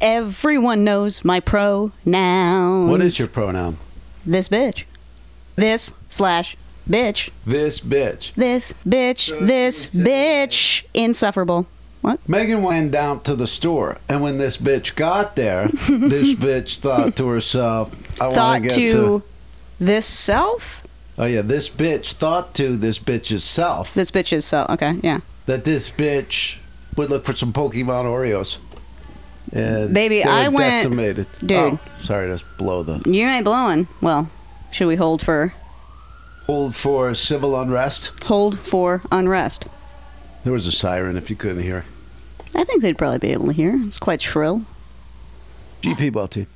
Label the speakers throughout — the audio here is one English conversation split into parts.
Speaker 1: Everyone knows my pronouns.
Speaker 2: What is your pronoun?
Speaker 1: this bitch? This slash bitch.
Speaker 2: This bitch.
Speaker 1: This bitch. This bitch. Insufferable. What?
Speaker 2: Megan went down to the store, and when this bitch got there, this bitch thought to herself, "I want
Speaker 1: Thought
Speaker 2: to get
Speaker 1: to
Speaker 2: to."
Speaker 1: this self.
Speaker 2: Oh yeah, this bitch thought to this bitch's self
Speaker 1: This bitch is self. Okay, yeah.
Speaker 2: that this bitch would look for some Pokemon Oreos. And
Speaker 1: Baby,
Speaker 2: they were
Speaker 1: I went-
Speaker 2: decimated,
Speaker 1: Dude.
Speaker 2: Oh, sorry, that's blow the
Speaker 1: You ain't blowing. Well, should we hold for
Speaker 2: hold for civil unrest.
Speaker 1: hold for unrest?
Speaker 2: There was a siren if you couldn't hear.
Speaker 1: I think they'd probably be able to hear. It's quite shrill.
Speaker 2: GP Balti.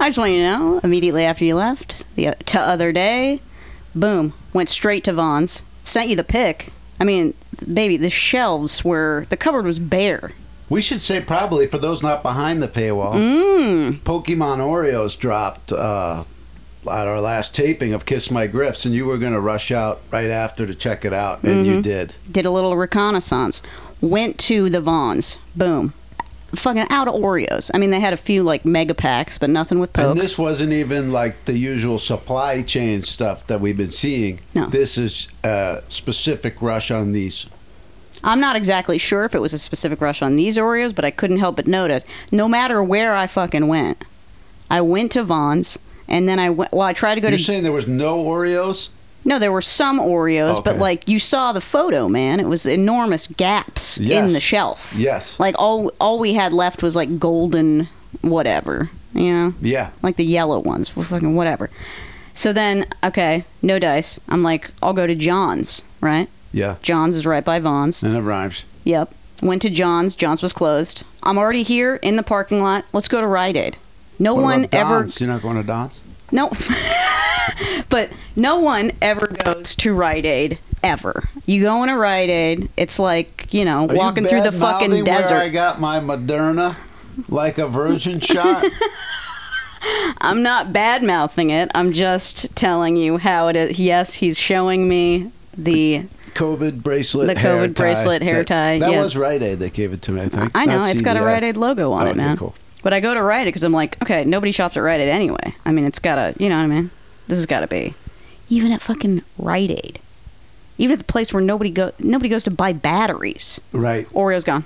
Speaker 1: I just want you to know. Immediately after you left the o- t- other day, boom, went straight to Vaughn's. Sent you the pic. I mean, baby, the shelves were the cupboard was bare.
Speaker 2: We should say probably for those not behind the paywall, Pokemon Oreos dropped uh, at our last taping of Kiss My Grips, and you were going to rush out right after to check it out, and
Speaker 1: Mm-hmm.
Speaker 2: you did.
Speaker 1: did a little reconnaissance, went to the Vons. Boom. Fucking out of Oreos. I mean, they had a few like mega packs, but nothing with
Speaker 2: And
Speaker 1: pokes.
Speaker 2: this wasn't even like the usual supply chain stuff that we've been seeing.
Speaker 1: No.
Speaker 2: This is a specific rush on these.
Speaker 1: I'm not exactly sure if it was a specific rush on these Oreos, but I couldn't help but notice. No matter where I fucking went, I went to Vons, and then I went. Well, I tried to go
Speaker 2: You're
Speaker 1: to.
Speaker 2: saying there was no Oreos?
Speaker 1: no, there were some Oreos, but
Speaker 2: Okay.
Speaker 1: like you saw the photo, man, it was enormous gaps in
Speaker 2: Yes.
Speaker 1: the shelf.
Speaker 2: Yes.
Speaker 1: Like all all we had left was like golden whatever. You know.
Speaker 2: Yeah.
Speaker 1: like the yellow ones for fucking whatever. So then, okay, no dice. I'm like, I'll go to John's, right?
Speaker 2: Yeah.
Speaker 1: John's is right by Vaughn's.
Speaker 2: And it rhymes.
Speaker 1: Yep. Went to John's. John's was closed. I'm already here in the parking lot. Let's go to Rite Aid. No
Speaker 2: What
Speaker 1: one
Speaker 2: about
Speaker 1: ever.
Speaker 2: Don's? You're not going to Don's?
Speaker 1: No. but no one ever goes to Rite Aid ever. You go in a Rite Aid, it's like you know
Speaker 2: Are you
Speaker 1: walking through the fucking
Speaker 2: bad-mouthing
Speaker 1: desert.
Speaker 2: Where I got my Moderna, like a virgin shot.
Speaker 1: I'm not bad mouthing it. I'm just telling you how it is. Yes, he's showing me the
Speaker 2: COVID bracelet,
Speaker 1: The
Speaker 2: hair
Speaker 1: COVID
Speaker 2: tie.
Speaker 1: bracelet, hair
Speaker 2: That-
Speaker 1: tie,
Speaker 2: That
Speaker 1: yeah.
Speaker 2: was Rite Aid that gave it to me. I think.
Speaker 1: I know
Speaker 2: Not
Speaker 1: it's got a
Speaker 2: CVS.
Speaker 1: Rite Aid logo on
Speaker 2: Oh,
Speaker 1: it,
Speaker 2: okay,
Speaker 1: man.
Speaker 2: cool.
Speaker 1: But I go to Rite Aid because I'm like, okay, nobody shops at Rite Aid anyway. I mean, it's gotta, you know what I mean? This has gotta be, even at fucking Rite Aid, even at the place where nobody go, nobody goes to buy batteries.
Speaker 2: Right,
Speaker 1: Oreo's gone.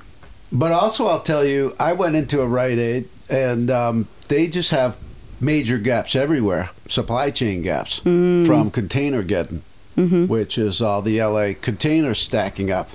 Speaker 2: but also I'll tell you, I went into a Rite Aid, and um, they just have major gaps everywhere, supply chain gaps
Speaker 1: Mm.
Speaker 2: from container getting,
Speaker 1: Mm-hmm.
Speaker 2: which is all the LA containers stacking up,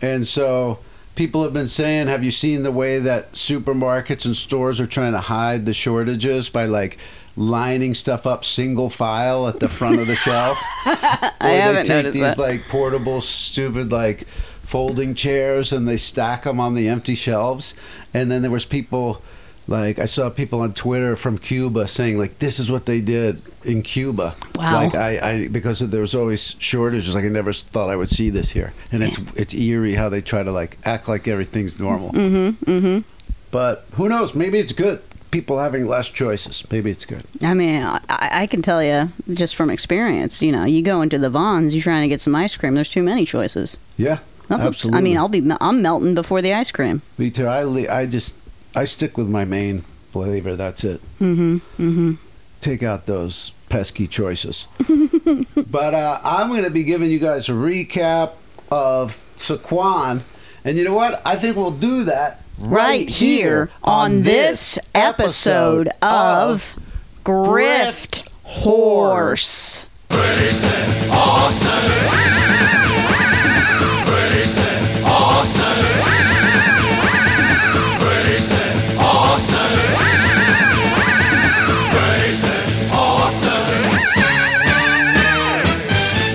Speaker 2: and so. People have been saying, have you seen the way that supermarkets and stores are trying to hide the shortages by like lining stuff up single file at the front of the shelf?
Speaker 1: I
Speaker 2: Or
Speaker 1: haven't
Speaker 2: they take
Speaker 1: noticed
Speaker 2: these
Speaker 1: that.
Speaker 2: like portable, stupid like folding chairs and they stack them on the empty shelves. And then there was people like I saw people on Twitter from Cuba saying like this is what they did in Cuba.
Speaker 1: Wow.
Speaker 2: Like I, I because there was always shortages. Like I never thought I would see this here. And it's it's eerie how they try to like act like everything's normal. Mm-hmm. Mm-hmm. But who knows? Maybe it's good. People having less choices. Maybe it's good.
Speaker 1: I mean, I, I can tell you just from experience. You know, you go into the Vons, you're trying to get some ice cream. There's too many choices.
Speaker 2: Yeah.
Speaker 1: Nothing-
Speaker 2: absolutely.
Speaker 1: I mean, I'll be, I'm melting before the ice cream.
Speaker 2: Me too. I le- I just I stick with my main flavor. That's it. Mm-hmm. Mm-hmm. Take out those pesky choices. but uh, I'm going to be giving you guys a recap of Saquon, and you know what? I think we'll do that
Speaker 1: right here on this episode of Grift Horse.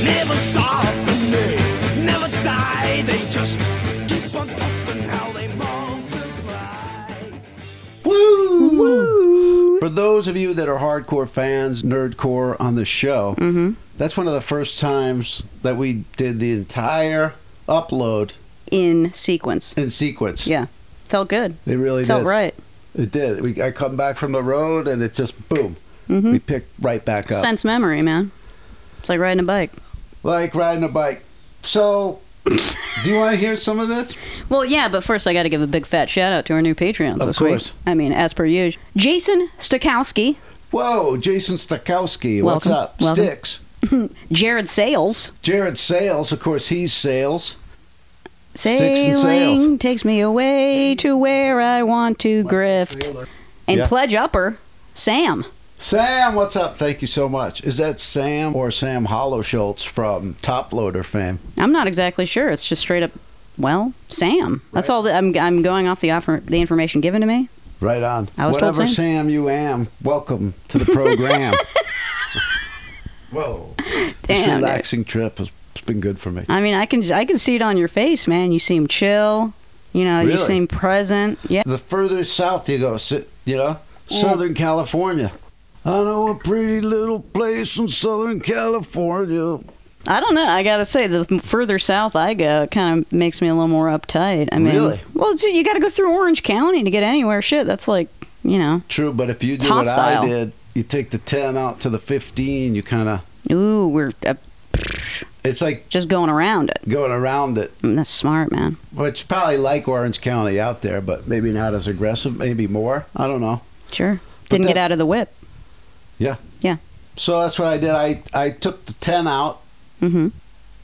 Speaker 3: Never stop and they never die. They just keep on pumping how they multiply.
Speaker 2: Woo! For those of you that are hardcore fans, nerdcore on the show,
Speaker 1: Mm-hmm.
Speaker 2: that's one of the first times that we did the entire upload
Speaker 1: In sequence.
Speaker 2: in sequence.
Speaker 1: Yeah. Felt good.
Speaker 2: It really
Speaker 1: Felt
Speaker 2: did.
Speaker 1: right.
Speaker 2: It did. We, I come back from the road and it's just boom.
Speaker 1: Mm-hmm.
Speaker 2: We pick right back up.
Speaker 1: Sense memory, man. It's like riding a bike.
Speaker 2: like riding a bike. So Do you want to hear some of this?
Speaker 1: Well, yeah, but first I got to give a big fat shout out to our new Patreons
Speaker 2: Of
Speaker 1: this
Speaker 2: course.
Speaker 1: week. I mean, as per usual, Jason Stokowski,
Speaker 2: Whoa, Jason Stokowski. What's
Speaker 1: Welcome.
Speaker 2: up?
Speaker 1: Welcome.
Speaker 2: Sticks.
Speaker 1: Jared Sales,
Speaker 2: Jared Sales. Of course, he's Sales. Sticks and
Speaker 1: Sailing takes me away to where I want to grift, and
Speaker 2: Yeah.
Speaker 1: Pledge Upper, Sam.
Speaker 2: Sam, what's up? Thank you so much. Is that Sam or Sam Hollowschultz from Top Loader fame?
Speaker 1: I'm not exactly sure. It's just straight up, well, Sam. That's all that I'm. I'm going off the offer, the information given to me.
Speaker 2: Right on.
Speaker 1: I was told
Speaker 2: Whatever
Speaker 1: Sam.
Speaker 2: Sam you am, welcome to the program. Whoa. this
Speaker 1: Damn, dude.
Speaker 2: relaxing trip has it's been good for me.
Speaker 1: I mean, I can I can see it on your face, man. You seem chill. You know, you
Speaker 2: Really?
Speaker 1: seem present. Yeah.
Speaker 2: The further south you go, si- you know,
Speaker 1: Mm.
Speaker 2: Southern California. I know a pretty little place in Southern California.
Speaker 1: I don't know. I gotta say, the further south I go, it kind of makes me a little more uptight. I mean,
Speaker 2: Really?
Speaker 1: well, so you got to go through Orange County to get anywhere. Shit, that's like, you know,
Speaker 2: True, but if you do what
Speaker 1: hostile.
Speaker 2: I did, you take the 10 out to the 15, you kind of,
Speaker 1: ooh, we're uh,
Speaker 2: it's like
Speaker 1: just going around it.
Speaker 2: going around it.
Speaker 1: Mm, That's smart, man.
Speaker 2: Which probably like Orange County out there, but maybe not as aggressive, maybe more. I don't know.
Speaker 1: Sure. Didn't get
Speaker 2: that-
Speaker 1: out of the whip.
Speaker 2: Yeah.
Speaker 1: Yeah.
Speaker 2: So that's what I did. I, I took the 10 out.
Speaker 1: Mm-hmm.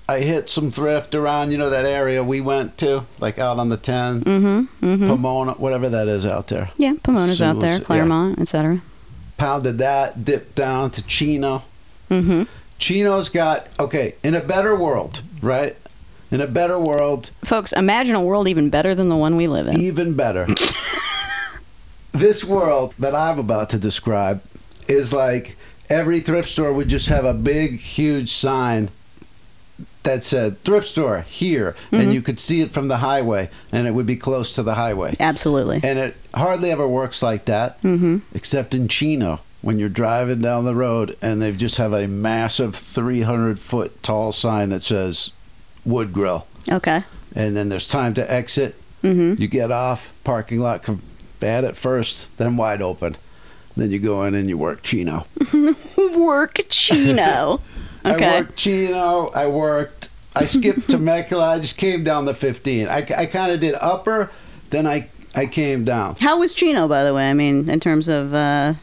Speaker 2: I hit some thrift around, you know, that area we went to, like out on the 10,
Speaker 1: Mm-hmm. Mm-hmm.
Speaker 2: Pomona, whatever that is out there.
Speaker 1: yeah, Pomona's out there,
Speaker 2: Singles, yeah.
Speaker 1: Claremont, etc.
Speaker 2: Pounded that, dipped down to Chino.
Speaker 1: Mm-hmm.
Speaker 2: Chino's got, okay, in a better world, right? In a better world,
Speaker 1: Folks, imagine a world even better than the one we live in.
Speaker 2: even better. this world that I'm about to describe is like every thrift store would just have a big, huge sign that said thrift store here, and you could see it from the highway, and it would be close to the highway.
Speaker 1: Absolutely.
Speaker 2: And it hardly ever works like that,
Speaker 1: Mm-hmm.
Speaker 2: except in Chino. When you're driving down the road and they just have a massive 300 foot tall sign that says Wood Grill,
Speaker 1: Okay.
Speaker 2: and then there's time to exit,
Speaker 1: Mm-hmm.
Speaker 2: you get off, parking lot com- bad at first, then wide open. Then you go in and you work Chino.
Speaker 1: Work Chino.
Speaker 2: I
Speaker 1: Okay.
Speaker 2: worked Chino. I worked. I skipped Temecula. I just came down the 15. I, I kind of did upper, then I I came down.
Speaker 1: How was Chino, by the way? I mean, in terms of, uh,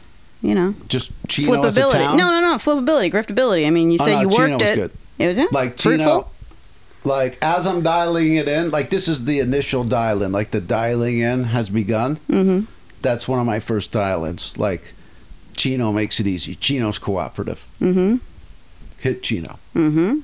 Speaker 1: you know,
Speaker 2: Just Chino as a
Speaker 1: flippability.
Speaker 2: town.
Speaker 1: No, no, no. Flippability, griftability. I mean, you
Speaker 2: Oh,
Speaker 1: say
Speaker 2: no,
Speaker 1: you
Speaker 2: Chino
Speaker 1: worked
Speaker 2: was
Speaker 1: it.
Speaker 2: good.
Speaker 1: It was yeah?
Speaker 2: Like Chino.
Speaker 1: fruitful.
Speaker 2: Like as I'm dialing it in, like this is the initial dial in. Like the dialing in has begun.
Speaker 1: Mm-hmm.
Speaker 2: That's one of my first dial ins. Like Chino makes it easy. Chino's cooperative.
Speaker 1: Mm-hmm.
Speaker 2: Hit Chino.
Speaker 1: Mm-hmm.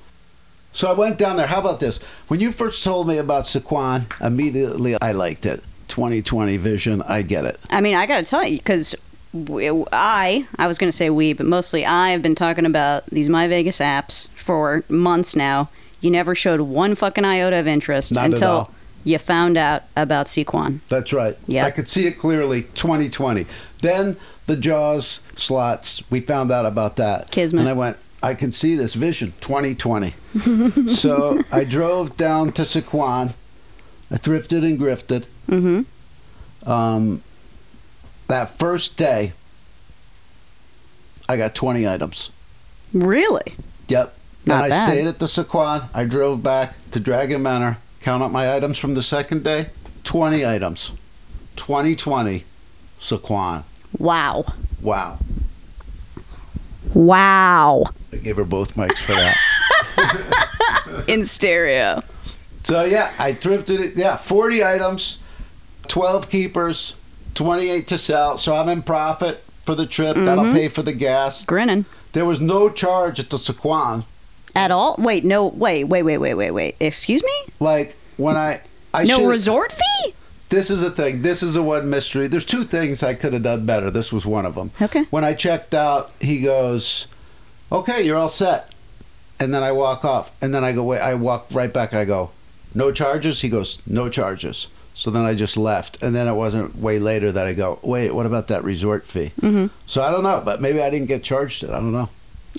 Speaker 2: So I went down there. How about this? When you first told me about Saquon, immediately I liked it. 2020 vision, I get it.
Speaker 1: I mean, I got to tell you because I I was going to say we, but mostly I have been talking about these My Vegas apps for months now. You never showed one fucking iota of interest
Speaker 2: Not at
Speaker 1: until
Speaker 2: all.
Speaker 1: you found out about Sequan.
Speaker 2: That's right.
Speaker 1: Yeah.
Speaker 2: I could see it clearly. 2020. Then the Jaws slots. We found out about that.
Speaker 1: Kismet.
Speaker 2: And I went. I can see this vision. 2020. so I drove down to Sequan. I thrifted and grifted.
Speaker 1: Mm-hmm.
Speaker 2: Um, that first day, I got 20 items.
Speaker 1: Really?
Speaker 2: Yep. Then
Speaker 1: Not
Speaker 2: I
Speaker 1: bad.
Speaker 2: stayed at the Sequan. I drove back to Dragon Manor. Count up my items from the second day. Twenty items. Twenty twenty. Sequan.
Speaker 1: Wow.
Speaker 2: Wow.
Speaker 1: Wow.
Speaker 2: I gave her both mics for that.
Speaker 1: In stereo.
Speaker 2: so yeah, I thrifted it. Yeah, forty items, twelve keepers, twenty-eight to sell. So I'm in profit for the trip.
Speaker 1: Mm-hmm.
Speaker 2: That'll pay for the gas.
Speaker 1: Grinning.
Speaker 2: There was no charge at the Sequan.
Speaker 1: At all? Wait, no. Wait, wait, wait, wait, wait, wait. Excuse me?
Speaker 2: Like when I, I
Speaker 1: no
Speaker 2: should've-
Speaker 1: resort fee?
Speaker 2: This is the thing. This is the one mystery. There's two things I could have done better. This was one of them.
Speaker 1: Okay.
Speaker 2: When I checked out, he goes, "Okay, you're all set," and then I walk off, and then I go, "Wait!" I walk right back, and I go, "No charges." He goes, "No charges." So then I just left, and then it wasn't way later that I go, "Wait, what about that resort fee?" Mm-hmm. So I don't know, but maybe I didn't get charged it. I don't know.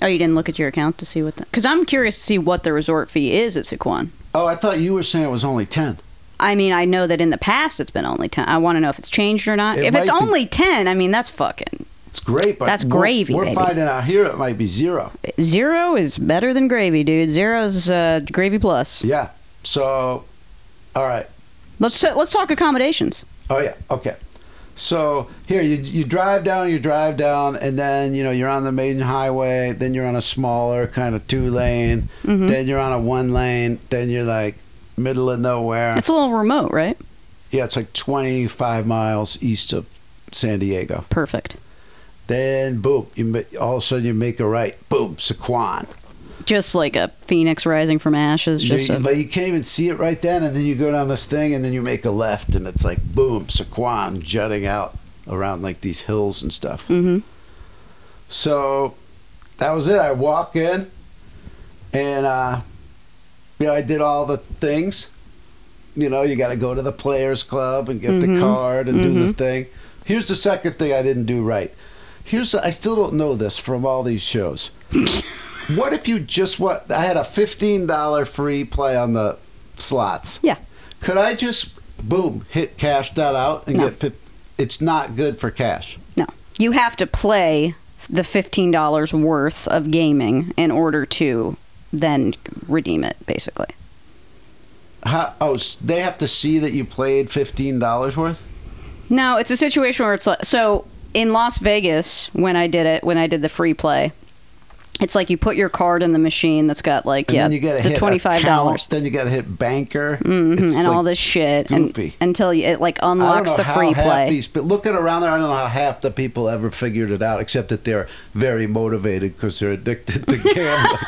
Speaker 1: Oh, you didn't look at your account to see what the. Because I'm curious to see what the resort fee is at Sequan.
Speaker 2: Oh, I thought you were saying it was only ten.
Speaker 1: I mean, I know that in the past it's been only 10. I want to know if it's changed or not.
Speaker 2: It
Speaker 1: if it's
Speaker 2: might be-
Speaker 1: only 10, I mean, that's fucking.
Speaker 2: It's great, but
Speaker 1: That's
Speaker 2: we're-
Speaker 1: gravy,
Speaker 2: We're
Speaker 1: baby.
Speaker 2: finding out here it might be zero.
Speaker 1: Zero is better than gravy, dude. Zero's uh, gravy plus.
Speaker 2: Yeah. So, all right.
Speaker 1: Let's let's talk accommodations.
Speaker 2: Oh yeah. Okay. So here you you drive down, you drive down, and then you know you're on the main highway. Then you're on a smaller kind of two lane. Then you're on a one lane. Then you're like middle of nowhere.
Speaker 1: It's a little remote, right?
Speaker 2: yeah, it's like 25 miles east of San Diego.
Speaker 1: Perfect.
Speaker 2: Then boom, you ma- all of a sudden you make a right. Boom, Saquon.
Speaker 1: Just like a phoenix rising from ashes. Just
Speaker 2: you,
Speaker 1: a,
Speaker 2: but you can't even see it right then, and then you go down this thing, and then you make a left, and it's like boom, Saquon jutting out around like these hills and stuff.
Speaker 1: Mhm.
Speaker 2: So that was it. I walk in, and uh, you know I did all the things. You know, you got to go to the players club and get
Speaker 1: Mm-hmm.
Speaker 2: the card and do the thing. Here's the second thing I didn't do right. Here's the, I still don't know this from all these shows. What if you just what I had a fifteen dollar free play on the slots?
Speaker 1: yeah.
Speaker 2: Could I just boom hit cash that out and
Speaker 1: No.
Speaker 2: get? Fif- it's not good for cash.
Speaker 1: No. You have to play the $15 worth of gaming in order to then redeem it, basically.
Speaker 2: How, oh, s- they have to see that you played fifteen dollars worth.
Speaker 1: No, it's a situation where it's like so in Las Vegas when I did it when I did the free play. It's like you put your card in the machine that's got like
Speaker 2: And
Speaker 1: yeah
Speaker 2: then you gotta
Speaker 1: the
Speaker 2: hit
Speaker 1: twenty five dollars Mm-hmm.
Speaker 2: account, Then you got to hit banker
Speaker 1: and
Speaker 2: It's
Speaker 1: all
Speaker 2: like-
Speaker 1: this shit and-
Speaker 2: goofy.
Speaker 1: until you, it like
Speaker 2: I don't
Speaker 1: unlocks
Speaker 2: know
Speaker 1: the
Speaker 2: how
Speaker 1: free
Speaker 2: half
Speaker 1: play.
Speaker 2: These, but looking around there, I don't know how half the people ever figured it out, except that they're very motivated because they're addicted to gambling.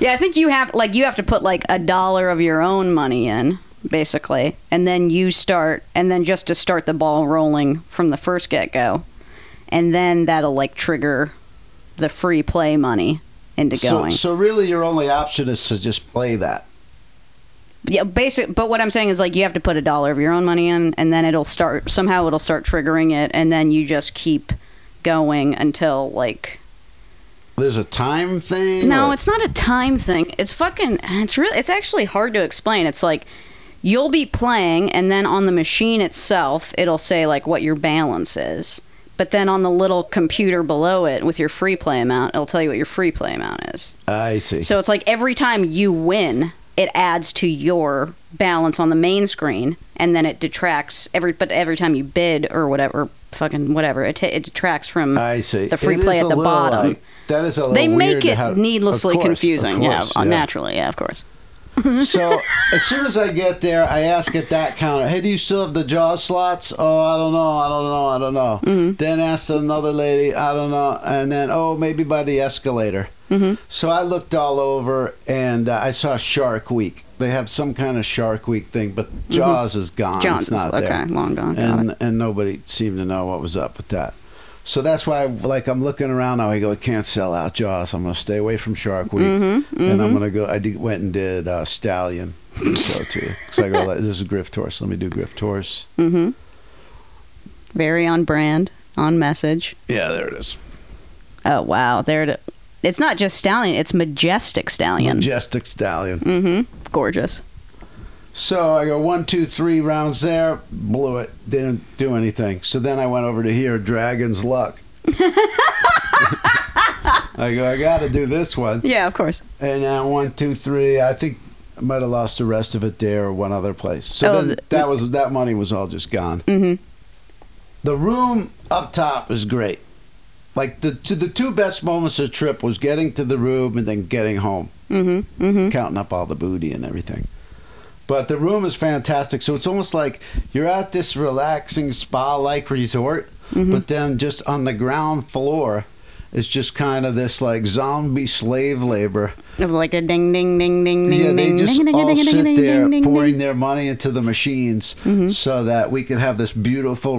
Speaker 1: Yeah, I think you have like you have to put like a dollar of your own money in basically, and then you start, and then just to start the ball rolling from the first get go, and then that'll like trigger the free play money into
Speaker 2: so,
Speaker 1: going.
Speaker 2: so really, your only option is to just play that.
Speaker 1: yeah, basic. But what I'm saying is like you have to put a dollar of your own money in, and then it'll start somehow it'll start triggering it, and then you just keep going until like
Speaker 2: There's a time thing.
Speaker 1: No,
Speaker 2: or-
Speaker 1: it's not a time thing. It's fucking. It's really. It's actually hard to explain. It's like you'll be playing, and then on the machine itself, it'll say like what your balance is. But then on the little computer below it with your free play amount, it'll tell you what your free play amount is.
Speaker 2: I see.
Speaker 1: So it's like every time you win, it adds to your balance on the main screen, and then it detracts every. But every time you bid or whatever, fucking whatever, it, ta it detracts from
Speaker 2: I see.
Speaker 1: the free
Speaker 2: It
Speaker 1: play
Speaker 2: is
Speaker 1: at
Speaker 2: a
Speaker 1: the
Speaker 2: little,
Speaker 1: bottom
Speaker 2: like- that is a little
Speaker 1: they
Speaker 2: weird
Speaker 1: make it
Speaker 2: how-
Speaker 1: needlessly
Speaker 2: of course, of
Speaker 1: confusing.
Speaker 2: course,
Speaker 1: yeah, uh, naturally. Yeah, of course.
Speaker 2: so as soon as I get there, I ask at that counter, "Hey, do you still have the jaw slots?" "Oh, I don't know, I don't know, I don't know."
Speaker 1: Mm-hmm.
Speaker 2: Then ask another lady, "I don't know," and then, "Oh, maybe by the escalator."
Speaker 1: Mm-hmm.
Speaker 2: So I looked all over and uh, I saw Shark Week. They have some kind of Shark Week thing, but Jaws is gone.
Speaker 1: John's
Speaker 2: it's not
Speaker 1: Mm-hmm. okay,
Speaker 2: there
Speaker 1: long gone. got
Speaker 2: and
Speaker 1: it.
Speaker 2: and nobody seemed to know what was up with that. So that's why, like, I'm looking around now. I go, I can't sell out Jaws. I'm going to stay away from Shark Week, and I'm going to go. I did, went and did uh, Stallion show too. So I go, like, oh, this is Griff Torse. Let me do Griff Torse.
Speaker 1: Very on brand, on message.
Speaker 2: Yeah, there it is.
Speaker 1: Oh wow, there it. It's not just stallion; it's majestic stallion.
Speaker 2: Majestic Stallion.
Speaker 1: mm-hmm. Gorgeous.
Speaker 2: So I go one, two, three rounds there. Blew it. Didn't do anything. So then I went over to here, Dragon's Luck. I go, I got to do this one.
Speaker 1: Yeah, of course.
Speaker 2: And now one, two, three. I think I might have lost the rest of it there or one other place. So
Speaker 1: Oh,
Speaker 2: then
Speaker 1: th-
Speaker 2: that was that money was all just gone.
Speaker 1: Mhm.
Speaker 2: The room up top is great. Like the to the two best moments of the trip was getting to the room and then getting home,
Speaker 1: Mm-hmm. Mm-hmm.
Speaker 2: counting up all the booty and everything. But the room is fantastic. So it's almost like you're at this relaxing spa-like resort,
Speaker 1: Mm-hmm.
Speaker 2: but then just on the ground floor is just kind of this like zombie slave labor
Speaker 1: Like a ding, ding, ding, ding, ding,
Speaker 2: yeah, they
Speaker 1: ding,
Speaker 2: just
Speaker 1: ding, ding,
Speaker 2: all
Speaker 1: ding, ding,
Speaker 2: sit
Speaker 1: ding,
Speaker 2: there
Speaker 1: ding, ding,
Speaker 2: pouring
Speaker 1: ding. Mm-hmm.
Speaker 2: their money into the machines so that we could have this beautiful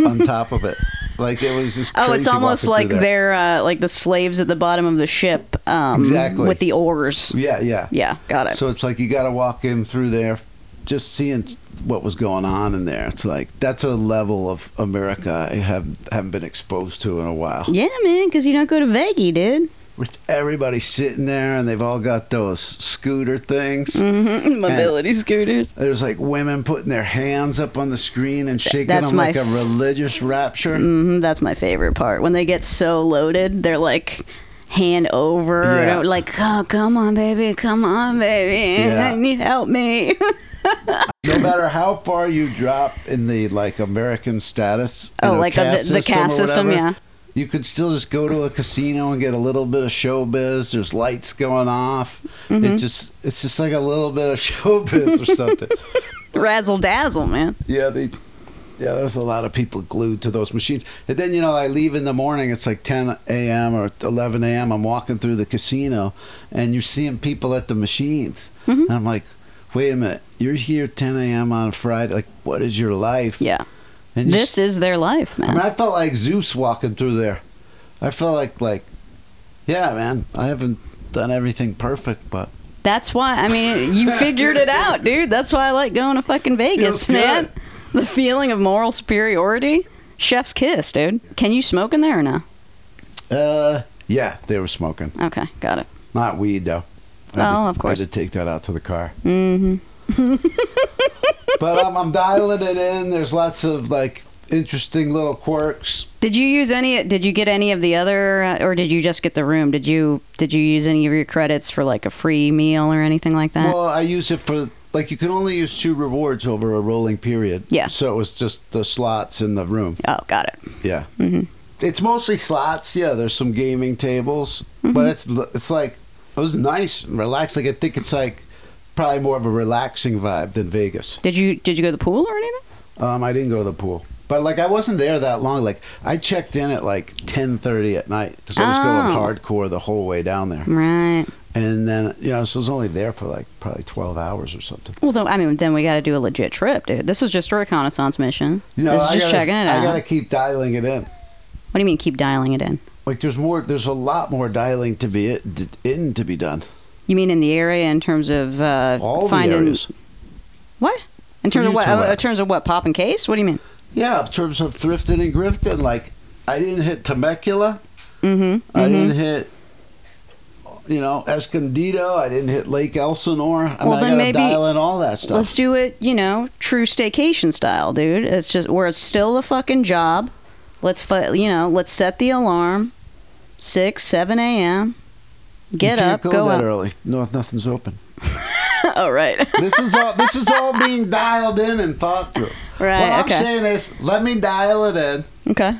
Speaker 2: on top of it. Like it was just.
Speaker 1: Oh, it's
Speaker 2: crazy
Speaker 1: almost
Speaker 2: walking
Speaker 1: like
Speaker 2: through there.
Speaker 1: they're uh, like the slaves at the bottom of the ship, um,
Speaker 2: Exactly.
Speaker 1: with the oars.
Speaker 2: Yeah, yeah,
Speaker 1: Yeah, got it.
Speaker 2: So it's like you got to walk in through there, just seeing what was going on in there. It's like that's a level of America I have haven't been exposed to in a while.
Speaker 1: yeah, man, because you don't go to Veggie, dude.
Speaker 2: With everybody's sitting there and they've all got those scooter things.
Speaker 1: Mm-hmm. Mobility scooters.
Speaker 2: There's like women putting their hands up on the screen and shaking
Speaker 1: that's
Speaker 2: them
Speaker 1: my
Speaker 2: like a
Speaker 1: f- mm.
Speaker 2: religious rapture.
Speaker 1: hmm that's my favorite part. When they get so loaded, they're like, hand over,
Speaker 2: Yeah.
Speaker 1: and it- like, oh, come on, baby, come on, baby,
Speaker 2: Yeah.
Speaker 1: I need help me.
Speaker 2: No matter how far you drop in the like American status, you
Speaker 1: Oh,
Speaker 2: know,
Speaker 1: like, uh, the- the
Speaker 2: or
Speaker 1: caste system,
Speaker 2: whatever,
Speaker 1: yeah.
Speaker 2: You could still just go to a casino and get a little bit of showbiz. There's lights going off.
Speaker 1: Mm-hmm.
Speaker 2: It just it's just like a little bit of showbiz or something.
Speaker 1: Razzle dazzle, man.
Speaker 2: Yeah, they. Yeah, there's a lot of people glued to those machines. And then you know, I leave in the morning. It's like 10 a.m. or 11 a.m. I'm walking through the casino, and you're seeing people at the machines,
Speaker 1: Mm-hmm.
Speaker 2: and I'm like, "Wait a minute, you're here 10 a.m. on a Friday. Like, what is your life?"
Speaker 1: Yeah.
Speaker 2: And
Speaker 1: This
Speaker 2: just-
Speaker 1: is their life,
Speaker 2: I, mean,
Speaker 1: man.
Speaker 2: I felt like Zeus walking through there. I felt like like, yeah, man. I haven't done everything perfect, but
Speaker 1: That's why, I mean, you figured it out, dude. That's why I like going to fucking Vegas,
Speaker 2: Feels
Speaker 1: man.
Speaker 2: good.
Speaker 1: The feeling of moral superiority. Chef's kiss, dude. Can you smoke in there or no?
Speaker 2: uh, yeah, they were smoking.
Speaker 1: Okay, got it.
Speaker 2: Not weed though. I had
Speaker 1: Oh,
Speaker 2: to-
Speaker 1: of course.
Speaker 2: I had to take that out to the car. Mm-hmm. but I'm, I'm dialing it in. There's lots of like interesting little quirks.
Speaker 1: Did you use any? Did you get any of the other, uh, or did you just get the room? Did you did you use any of your credits for like a free meal or anything like that?
Speaker 2: Well, I use it for like you can only use two rewards over a rolling period.
Speaker 1: Yeah.
Speaker 2: So it was just the slots in the room.
Speaker 1: oh, got it.
Speaker 2: Yeah. Mm-hmm. It's mostly slots. Yeah. There's some gaming tables,
Speaker 1: Mm-hmm.
Speaker 2: but it's it's like it was nice and relaxed. Like I think it's like probably more of a relaxing vibe than Vegas.
Speaker 1: Did you did you go to the pool or anything?
Speaker 2: Um, I didn't go to the pool, but like I wasn't there that long. Like I checked in at like ten thirty at night because I was
Speaker 1: Oh.
Speaker 2: going hardcore the whole way down there,
Speaker 1: Right.
Speaker 2: and then you know so I was only there for like probably twelve hours or something.
Speaker 1: Well, though, I mean, then we got to do a legit trip, dude. This was just a reconnaissance mission.
Speaker 2: You know,
Speaker 1: this is
Speaker 2: I
Speaker 1: just
Speaker 2: gotta-
Speaker 1: checking it
Speaker 2: I
Speaker 1: out.
Speaker 2: gotta keep dialing it in.
Speaker 1: What do you mean? Keep dialing it in?
Speaker 2: Like there's more. There's a lot more dialing to be it, d- in to be done.
Speaker 1: You mean in the area in terms of uh,
Speaker 2: All
Speaker 1: finding
Speaker 2: the areas.
Speaker 1: what? In
Speaker 2: are
Speaker 1: terms of
Speaker 2: you
Speaker 1: what?
Speaker 2: talking
Speaker 1: uh,
Speaker 2: about?
Speaker 1: in terms of what? Pop and case? What do you mean?
Speaker 2: Yeah, in terms of thrifted and grifted, like I didn't hit Temecula.
Speaker 1: Mm-hmm.
Speaker 2: I didn't hit. You know, Escondido. I didn't hit Lake Elsinore. I
Speaker 1: Well,
Speaker 2: mean,
Speaker 1: then
Speaker 2: I gotta
Speaker 1: maybe-
Speaker 2: dial in all that stuff.
Speaker 1: Let's do it, you know, true staycation style, dude. It's just where it's still a fucking job. Let's, fu- you know, let's set the alarm, six, seven a.m. Get
Speaker 2: you can't
Speaker 1: up,
Speaker 2: go,
Speaker 1: go,
Speaker 2: that
Speaker 1: out.
Speaker 2: early. No, nothing's open.
Speaker 1: oh, right,
Speaker 2: This is all. this is all being dialed in and thought through.
Speaker 1: right,
Speaker 2: what I'm
Speaker 1: okay,
Speaker 2: saying is, let me dial it in.
Speaker 1: okay.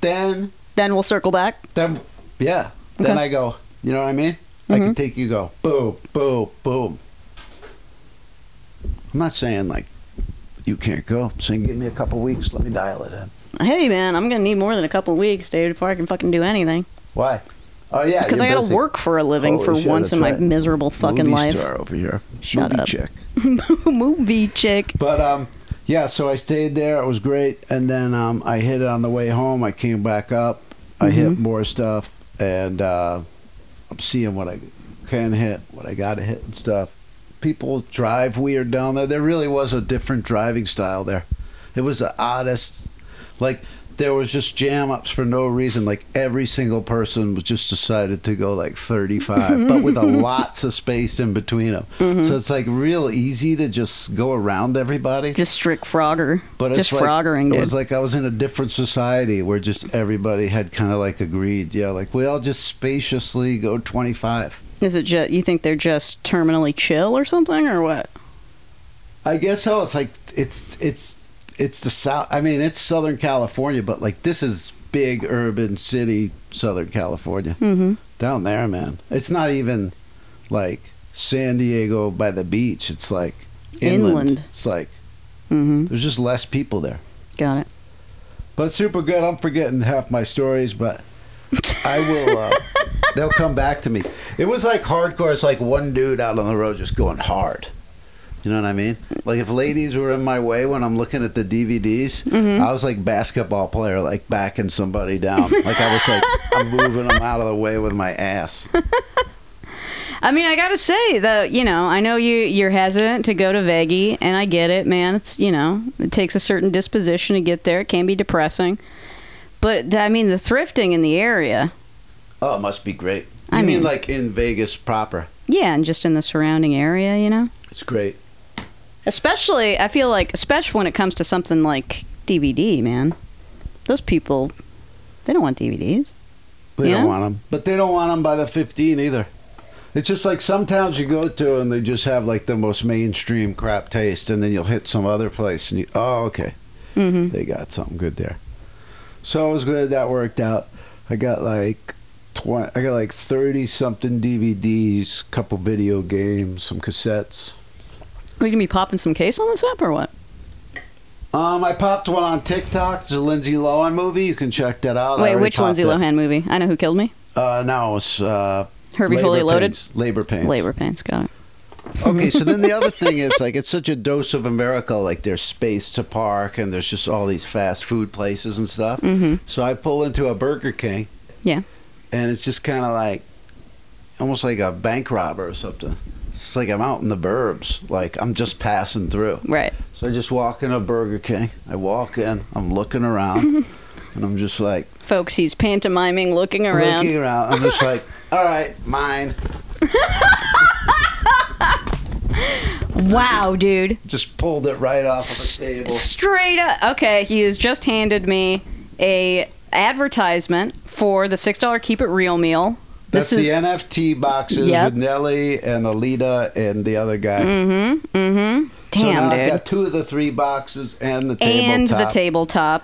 Speaker 2: Then,
Speaker 1: Then we'll circle back.
Speaker 2: then, yeah. Then
Speaker 1: Okay. Mm-hmm.
Speaker 2: I go. You know what I mean? I can take you. Go boom, boom, boom. I'm not saying like you can't go. I'm saying give me a couple weeks. Let me dial it in.
Speaker 1: Hey, man, I'm gonna need more than a couple weeks, dude, before I can fucking do anything.
Speaker 2: Why? Oh yeah,
Speaker 1: Because
Speaker 2: you're
Speaker 1: I gotta
Speaker 2: busy.
Speaker 1: work for a living
Speaker 2: Holy
Speaker 1: for
Speaker 2: shit,
Speaker 1: once in my
Speaker 2: that's right.
Speaker 1: miserable fucking
Speaker 2: Movie
Speaker 1: life.
Speaker 2: Star over here.
Speaker 1: Shut
Speaker 2: Movie
Speaker 1: up.
Speaker 2: chick.
Speaker 1: Movie chick.
Speaker 2: But um, yeah, so I stayed there. It was great. And then um, I hit it on the way home. I came back up. I hit more stuff, and uh, I'm seeing what I can hit, what I got to hit, and stuff. People drive weird down there. There really was a different driving style there. It was the oddest. Like there was just jam ups for no reason. Like every single person was just decided to go like 35, but with a lots of space in between them. So it's like real easy to just go around everybody.
Speaker 1: Just strict Frogger.
Speaker 2: But
Speaker 1: just
Speaker 2: it's like,
Speaker 1: Froggering,
Speaker 2: It
Speaker 1: dude.
Speaker 2: was like I was in a different society where just everybody had kind of like agreed. Yeah, like we all just spaciously go 25.
Speaker 1: Is it just you think they're just terminally chill or something or what?
Speaker 2: I guess so. It's like it's it's it's the south. I mean, it's Southern California, but like this is big urban city, Southern California.
Speaker 1: Hmm.
Speaker 2: Mm-hmm. Down there, man, it's not even like San Diego by the beach. It's like inland.
Speaker 1: Inland.
Speaker 2: It's like
Speaker 1: Mm-hmm.
Speaker 2: there's just less people there.
Speaker 1: Got it.
Speaker 2: But super good. I'm forgetting half my stories, but I will. Uh, they'll come back to me. It was like hardcore. It's like one dude out on the road just going hard. You know what I mean? Like if ladies were in my way when I'm looking at the DVDs, I was like basketball player, like backing somebody down. Like I was like I'm moving them out of the way with my ass.
Speaker 1: I mean, I gotta say though, you know, I know you you're hesitant to go to Veggie, and I get it, man. It's you know, it takes a certain disposition to get there. It can be depressing, but I mean, the thrifting in the area,
Speaker 2: Oh, it must be great.
Speaker 1: I
Speaker 2: I mean,
Speaker 1: mean-
Speaker 2: like in Vegas proper,
Speaker 1: yeah, and just in the surrounding area, you know.
Speaker 2: it's great.
Speaker 1: Especially, I feel like, especially when it comes to something like DVD, man. Those people, they don't want DVDs.
Speaker 2: They
Speaker 1: Yeah?
Speaker 2: don't want them, but they don't want them by the 15 either. It's just like some towns you go to and they just have like the most mainstream crap taste, and then you'll hit some other place and you, oh, okay,
Speaker 1: Mm-hmm.
Speaker 2: they got something good there. So it was good that worked out. I got like 20, I got like 30 something DVDs, couple video games, some cassettes.
Speaker 1: Are we gonna be popping some case on this up or what?
Speaker 2: Um, I popped one on TikTok. It's a Lindsay Lohan movie. You can check that out. I
Speaker 1: Wait,
Speaker 2: already
Speaker 1: which Lindsay
Speaker 2: popped it.
Speaker 1: Lohan movie? I know who killed me.
Speaker 2: Uh, no, it's uh,
Speaker 1: Herbie
Speaker 2: Labor
Speaker 1: Fully Loaded?
Speaker 2: Pains. Labor pains.
Speaker 1: Labor pains. Got it.
Speaker 2: okay, so then the other thing is like it's such a dose of America. Like there's space to park, and there's just all these fast food places and stuff.
Speaker 1: Mhm.
Speaker 2: So I pull into a Burger King,
Speaker 1: Yeah.
Speaker 2: and it's just kind of like almost like a bank robber or something. It's like I'm out in the burbs. Like I'm just passing through.
Speaker 1: Right.
Speaker 2: So I just walk into Burger King. I walk in. I'm looking around, and I'm just like
Speaker 1: Folks, he's pantomiming, looking around.
Speaker 2: looking around. I'm just like, all right, mine.
Speaker 1: Wow, dude.
Speaker 2: Just pulled it right off of the table.
Speaker 1: Straight up. Okay, he has just handed me a advertisement for the six dollar keep it real meal.
Speaker 2: That's
Speaker 1: This
Speaker 2: the
Speaker 1: is
Speaker 2: NFT boxes
Speaker 1: Yep.
Speaker 2: with Nelly and Alita and the other guy.
Speaker 1: mm-hmm.
Speaker 2: so now
Speaker 1: Damn,
Speaker 2: I've
Speaker 1: dude.
Speaker 2: got two of the three boxes and the tabletop.
Speaker 1: And the tabletop.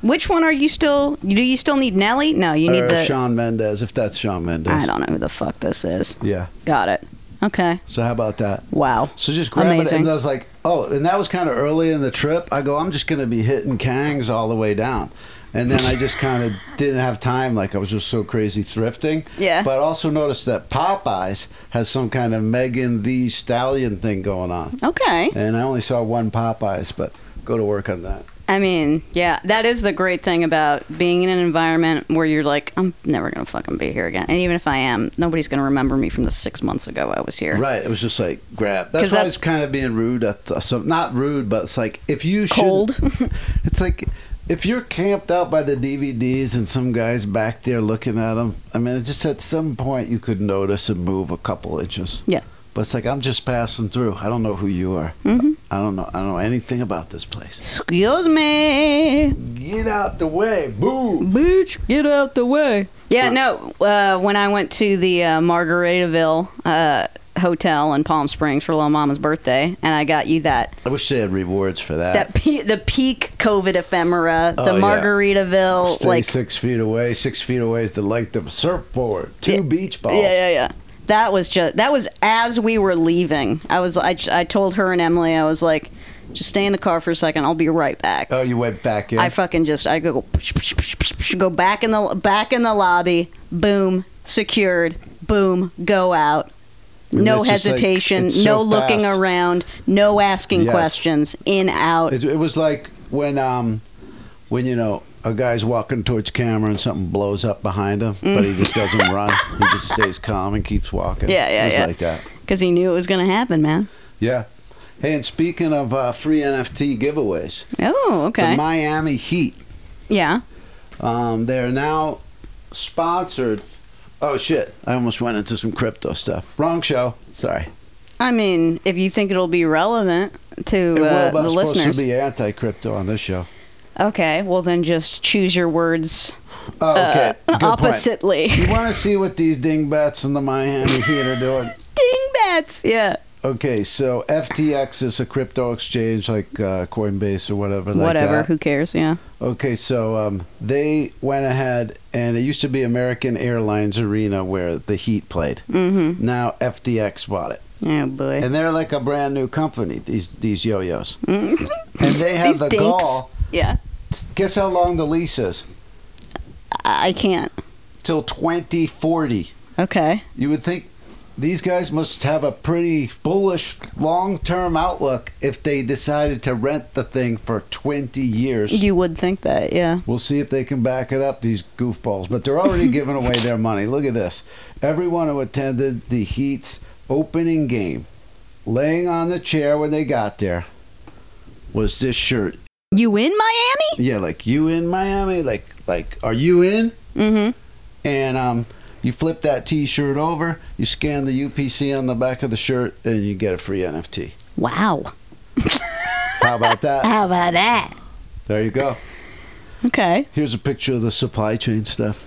Speaker 1: Which one are you still? Do you still need Nelly? No, you need
Speaker 2: or
Speaker 1: the.
Speaker 2: Uh, Sean Mendez, if that's Sean Mendez.
Speaker 1: I don't know who the fuck this is.
Speaker 2: Yeah.
Speaker 1: Got it. Okay.
Speaker 2: So how about that?
Speaker 1: Wow.
Speaker 2: So just grab it,
Speaker 1: Amazing.
Speaker 2: and I was like, oh, and that was kind of early in the trip. I go, I'm just going to be hitting Kangs all the way down. And then I just kind of didn't have time. Like, I was just so crazy thrifting.
Speaker 1: Yeah.
Speaker 2: But I also noticed that Popeyes has some kind of Megan the Stallion thing going on.
Speaker 1: Okay.
Speaker 2: And I only saw one Popeyes, but go to work on that.
Speaker 1: I mean, yeah, that is the great thing about being in an environment where you're like, I'm never gonna fucking be here again. And even if I am, nobody's gonna remember me from the six months ago I was here.
Speaker 2: Right. It was just like, grab. That's
Speaker 1: 'Cause
Speaker 2: why I
Speaker 1: that's-
Speaker 2: was kind of being rude. At, uh, some, not rude, but it's like, if you should.
Speaker 1: Cold.
Speaker 2: It's like if you're camped out by the DVDs and some guy's back there looking at them. I mean, it's just at some point you could notice and move a couple inches.
Speaker 1: Yeah.
Speaker 2: But it's like I'm just passing through. I don't know who you are.
Speaker 1: Mm-hmm.
Speaker 2: I don't know. I don't know anything about this place.
Speaker 1: Excuse me,
Speaker 2: Get out the way, boo.
Speaker 1: bitch, get out the way. Yeah, no. Uh, when I went to the uh, Margaritaville uh, hotel in Palm Springs for Little Mama's birthday, and I got you that
Speaker 2: I wish they had rewards for that.
Speaker 1: that pe- the peak COVID ephemera,
Speaker 2: Uh, Oh,
Speaker 1: the
Speaker 2: yeah.
Speaker 1: Margaritaville,
Speaker 2: Stay
Speaker 1: like
Speaker 2: six feet away. Six feet away is the length of a surfboard. Two
Speaker 1: Yeah.
Speaker 2: beach balls.
Speaker 1: Yeah, yeah, yeah. That was just that was as we were leaving. I was I, I told her and Emily I was like, just stay in the car for a second. I'll be right back.
Speaker 2: Oh, you went back in.
Speaker 1: I fucking just I go psh, psh, psh, psh, psh, go back in the back in the lobby. Boom, secured. Boom, go out.
Speaker 2: And
Speaker 1: No
Speaker 2: it's just like-
Speaker 1: hesitation,
Speaker 2: it's so
Speaker 1: no looking
Speaker 2: fast.
Speaker 1: around, no asking
Speaker 2: Yes.
Speaker 1: questions. In out.
Speaker 2: It, it was like when, um, when you know, a guy's walking towards camera and something blows up behind him, but he just doesn't run. He just stays calm and keeps walking.
Speaker 1: Mm. Yeah, yeah,
Speaker 2: it was
Speaker 1: yeah.
Speaker 2: Like that.
Speaker 1: Because he knew it was going to happen, man.
Speaker 2: Yeah. Hey, and speaking of uh, free NFT giveaways,
Speaker 1: Oh, okay.
Speaker 2: the Miami Heat,
Speaker 1: yeah.
Speaker 2: um, they're now sponsored. Oh shit! I almost went into some crypto stuff. Wrong show. Sorry.
Speaker 1: I mean, if you think it'll be relevant
Speaker 2: It
Speaker 1: to
Speaker 2: will,
Speaker 1: uh,
Speaker 2: but
Speaker 1: the
Speaker 2: I'm supposed
Speaker 1: listeners.
Speaker 2: to be anti-crypto on this show.
Speaker 1: Okay, well then just choose your words
Speaker 2: Oh, okay.
Speaker 1: uh,
Speaker 2: Good point.
Speaker 1: oppositely.
Speaker 2: You want to see what these dingbats in the Miami Heat are doing?
Speaker 1: Dingbats. Yeah.
Speaker 2: Okay, so FTX is a crypto exchange like uh, Coinbase or whatever. Like
Speaker 1: Whatever.
Speaker 2: that.
Speaker 1: Who cares? Yeah.
Speaker 2: Okay, so um, they went ahead and it used to be American Airlines Arena where the Heat played. Mm-hmm. Now FTX bought it,
Speaker 1: Oh boy.
Speaker 2: and they're like a brand new company. These these yo-yos, and they have
Speaker 1: These
Speaker 2: the
Speaker 1: dinks.
Speaker 2: goal.
Speaker 1: Yeah.
Speaker 2: Guess how long the lease is?
Speaker 1: I I can't.
Speaker 2: Till 2040.
Speaker 1: Okay.
Speaker 2: You would think these guys must have a pretty bullish long term outlook if they decided to rent the thing for 20 years.
Speaker 1: You would think that. Yeah.
Speaker 2: We'll see if they can back it up, these goofballs. But they're already giving away their money. Look at this. Everyone who attended the Heat's opening game, laying on the chair when they got there, was this shirt.
Speaker 1: You in Miami?
Speaker 2: Yeah, like you in Miami? Like, like, are you in?
Speaker 1: Mm-hmm.
Speaker 2: and um, you flip that T-shirt over, you scan the UPC on the back of the shirt, and you get a free NFT.
Speaker 1: Wow.
Speaker 2: How about that?
Speaker 1: How about that?
Speaker 2: There you go.
Speaker 1: Okay.
Speaker 2: Here's a picture of the supply chain stuff.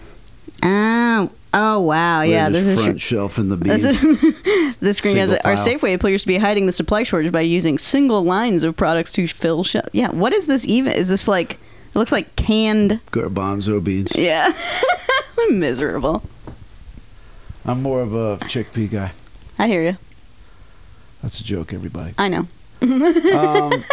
Speaker 1: Oh, oh wow, yeah.
Speaker 2: Where
Speaker 1: This
Speaker 2: there's
Speaker 1: is
Speaker 2: front shelf in the beans.
Speaker 1: This is this screen has
Speaker 2: Single
Speaker 1: our
Speaker 2: file.
Speaker 1: Safeway appears to be hiding the supply shortage by using single lines of products to fill shelf. Yeah, what is this even? Is this like? It looks like canned.
Speaker 2: Garbanzo beans.
Speaker 1: Yeah, miserable.
Speaker 2: I'm more of a chickpea guy.
Speaker 1: I hear you.
Speaker 2: That's a joke, everybody.
Speaker 1: I know.
Speaker 2: Um,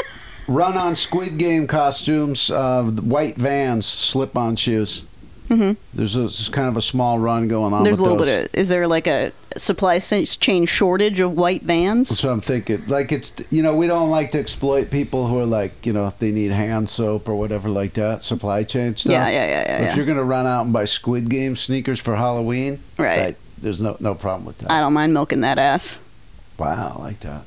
Speaker 2: run on Squid Game costumes, uh, white vans, slip on shoes.
Speaker 1: Mhm.
Speaker 2: There's a, it's kind of a small run going on.
Speaker 1: There's a
Speaker 2: with
Speaker 1: little
Speaker 2: those.
Speaker 1: bit of. Is there like a supply s- chain shortage of white vans?
Speaker 2: That's what I'm thinking. Like it's you know we don't like to exploit people who are like you know if they need hand soap or whatever like that supply chain stuff.
Speaker 1: Yeah, yeah, yeah, yeah,
Speaker 2: If
Speaker 1: yeah.
Speaker 2: you're gonna run out and buy Squid Game sneakers for Halloween,
Speaker 1: Right.
Speaker 2: like, there's no no problem with that.
Speaker 1: I don't mind milking that ass.
Speaker 2: Wow, I like that.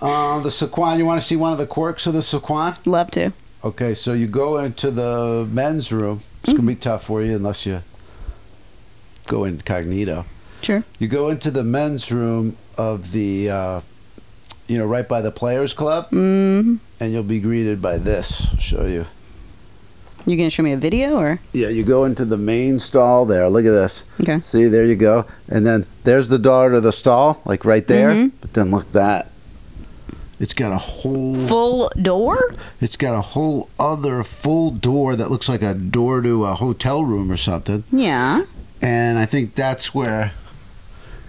Speaker 2: uh, the Saquon. You want to see one of the quirks of the Saquon?
Speaker 1: Love to.
Speaker 2: Okay, so you go into the men's room. It's gonna be tough for you unless you go incognito.
Speaker 1: Sure.
Speaker 2: You go into the men's room of the, uh, you know, right by the Players Club,
Speaker 1: Mm.
Speaker 2: and you'll be greeted by this. I'll show you.
Speaker 1: You gonna show me a video or?
Speaker 2: Yeah, you go into the main stall there. Look at this.
Speaker 1: Okay.
Speaker 2: See, there you go. And then there's the door to the stall, like right there.
Speaker 1: Mhm.
Speaker 2: But then look that. It's got a whole.
Speaker 1: Full door?
Speaker 2: It's got a whole other full door that looks like a door to a hotel room or something.
Speaker 1: Yeah.
Speaker 2: And I think that's where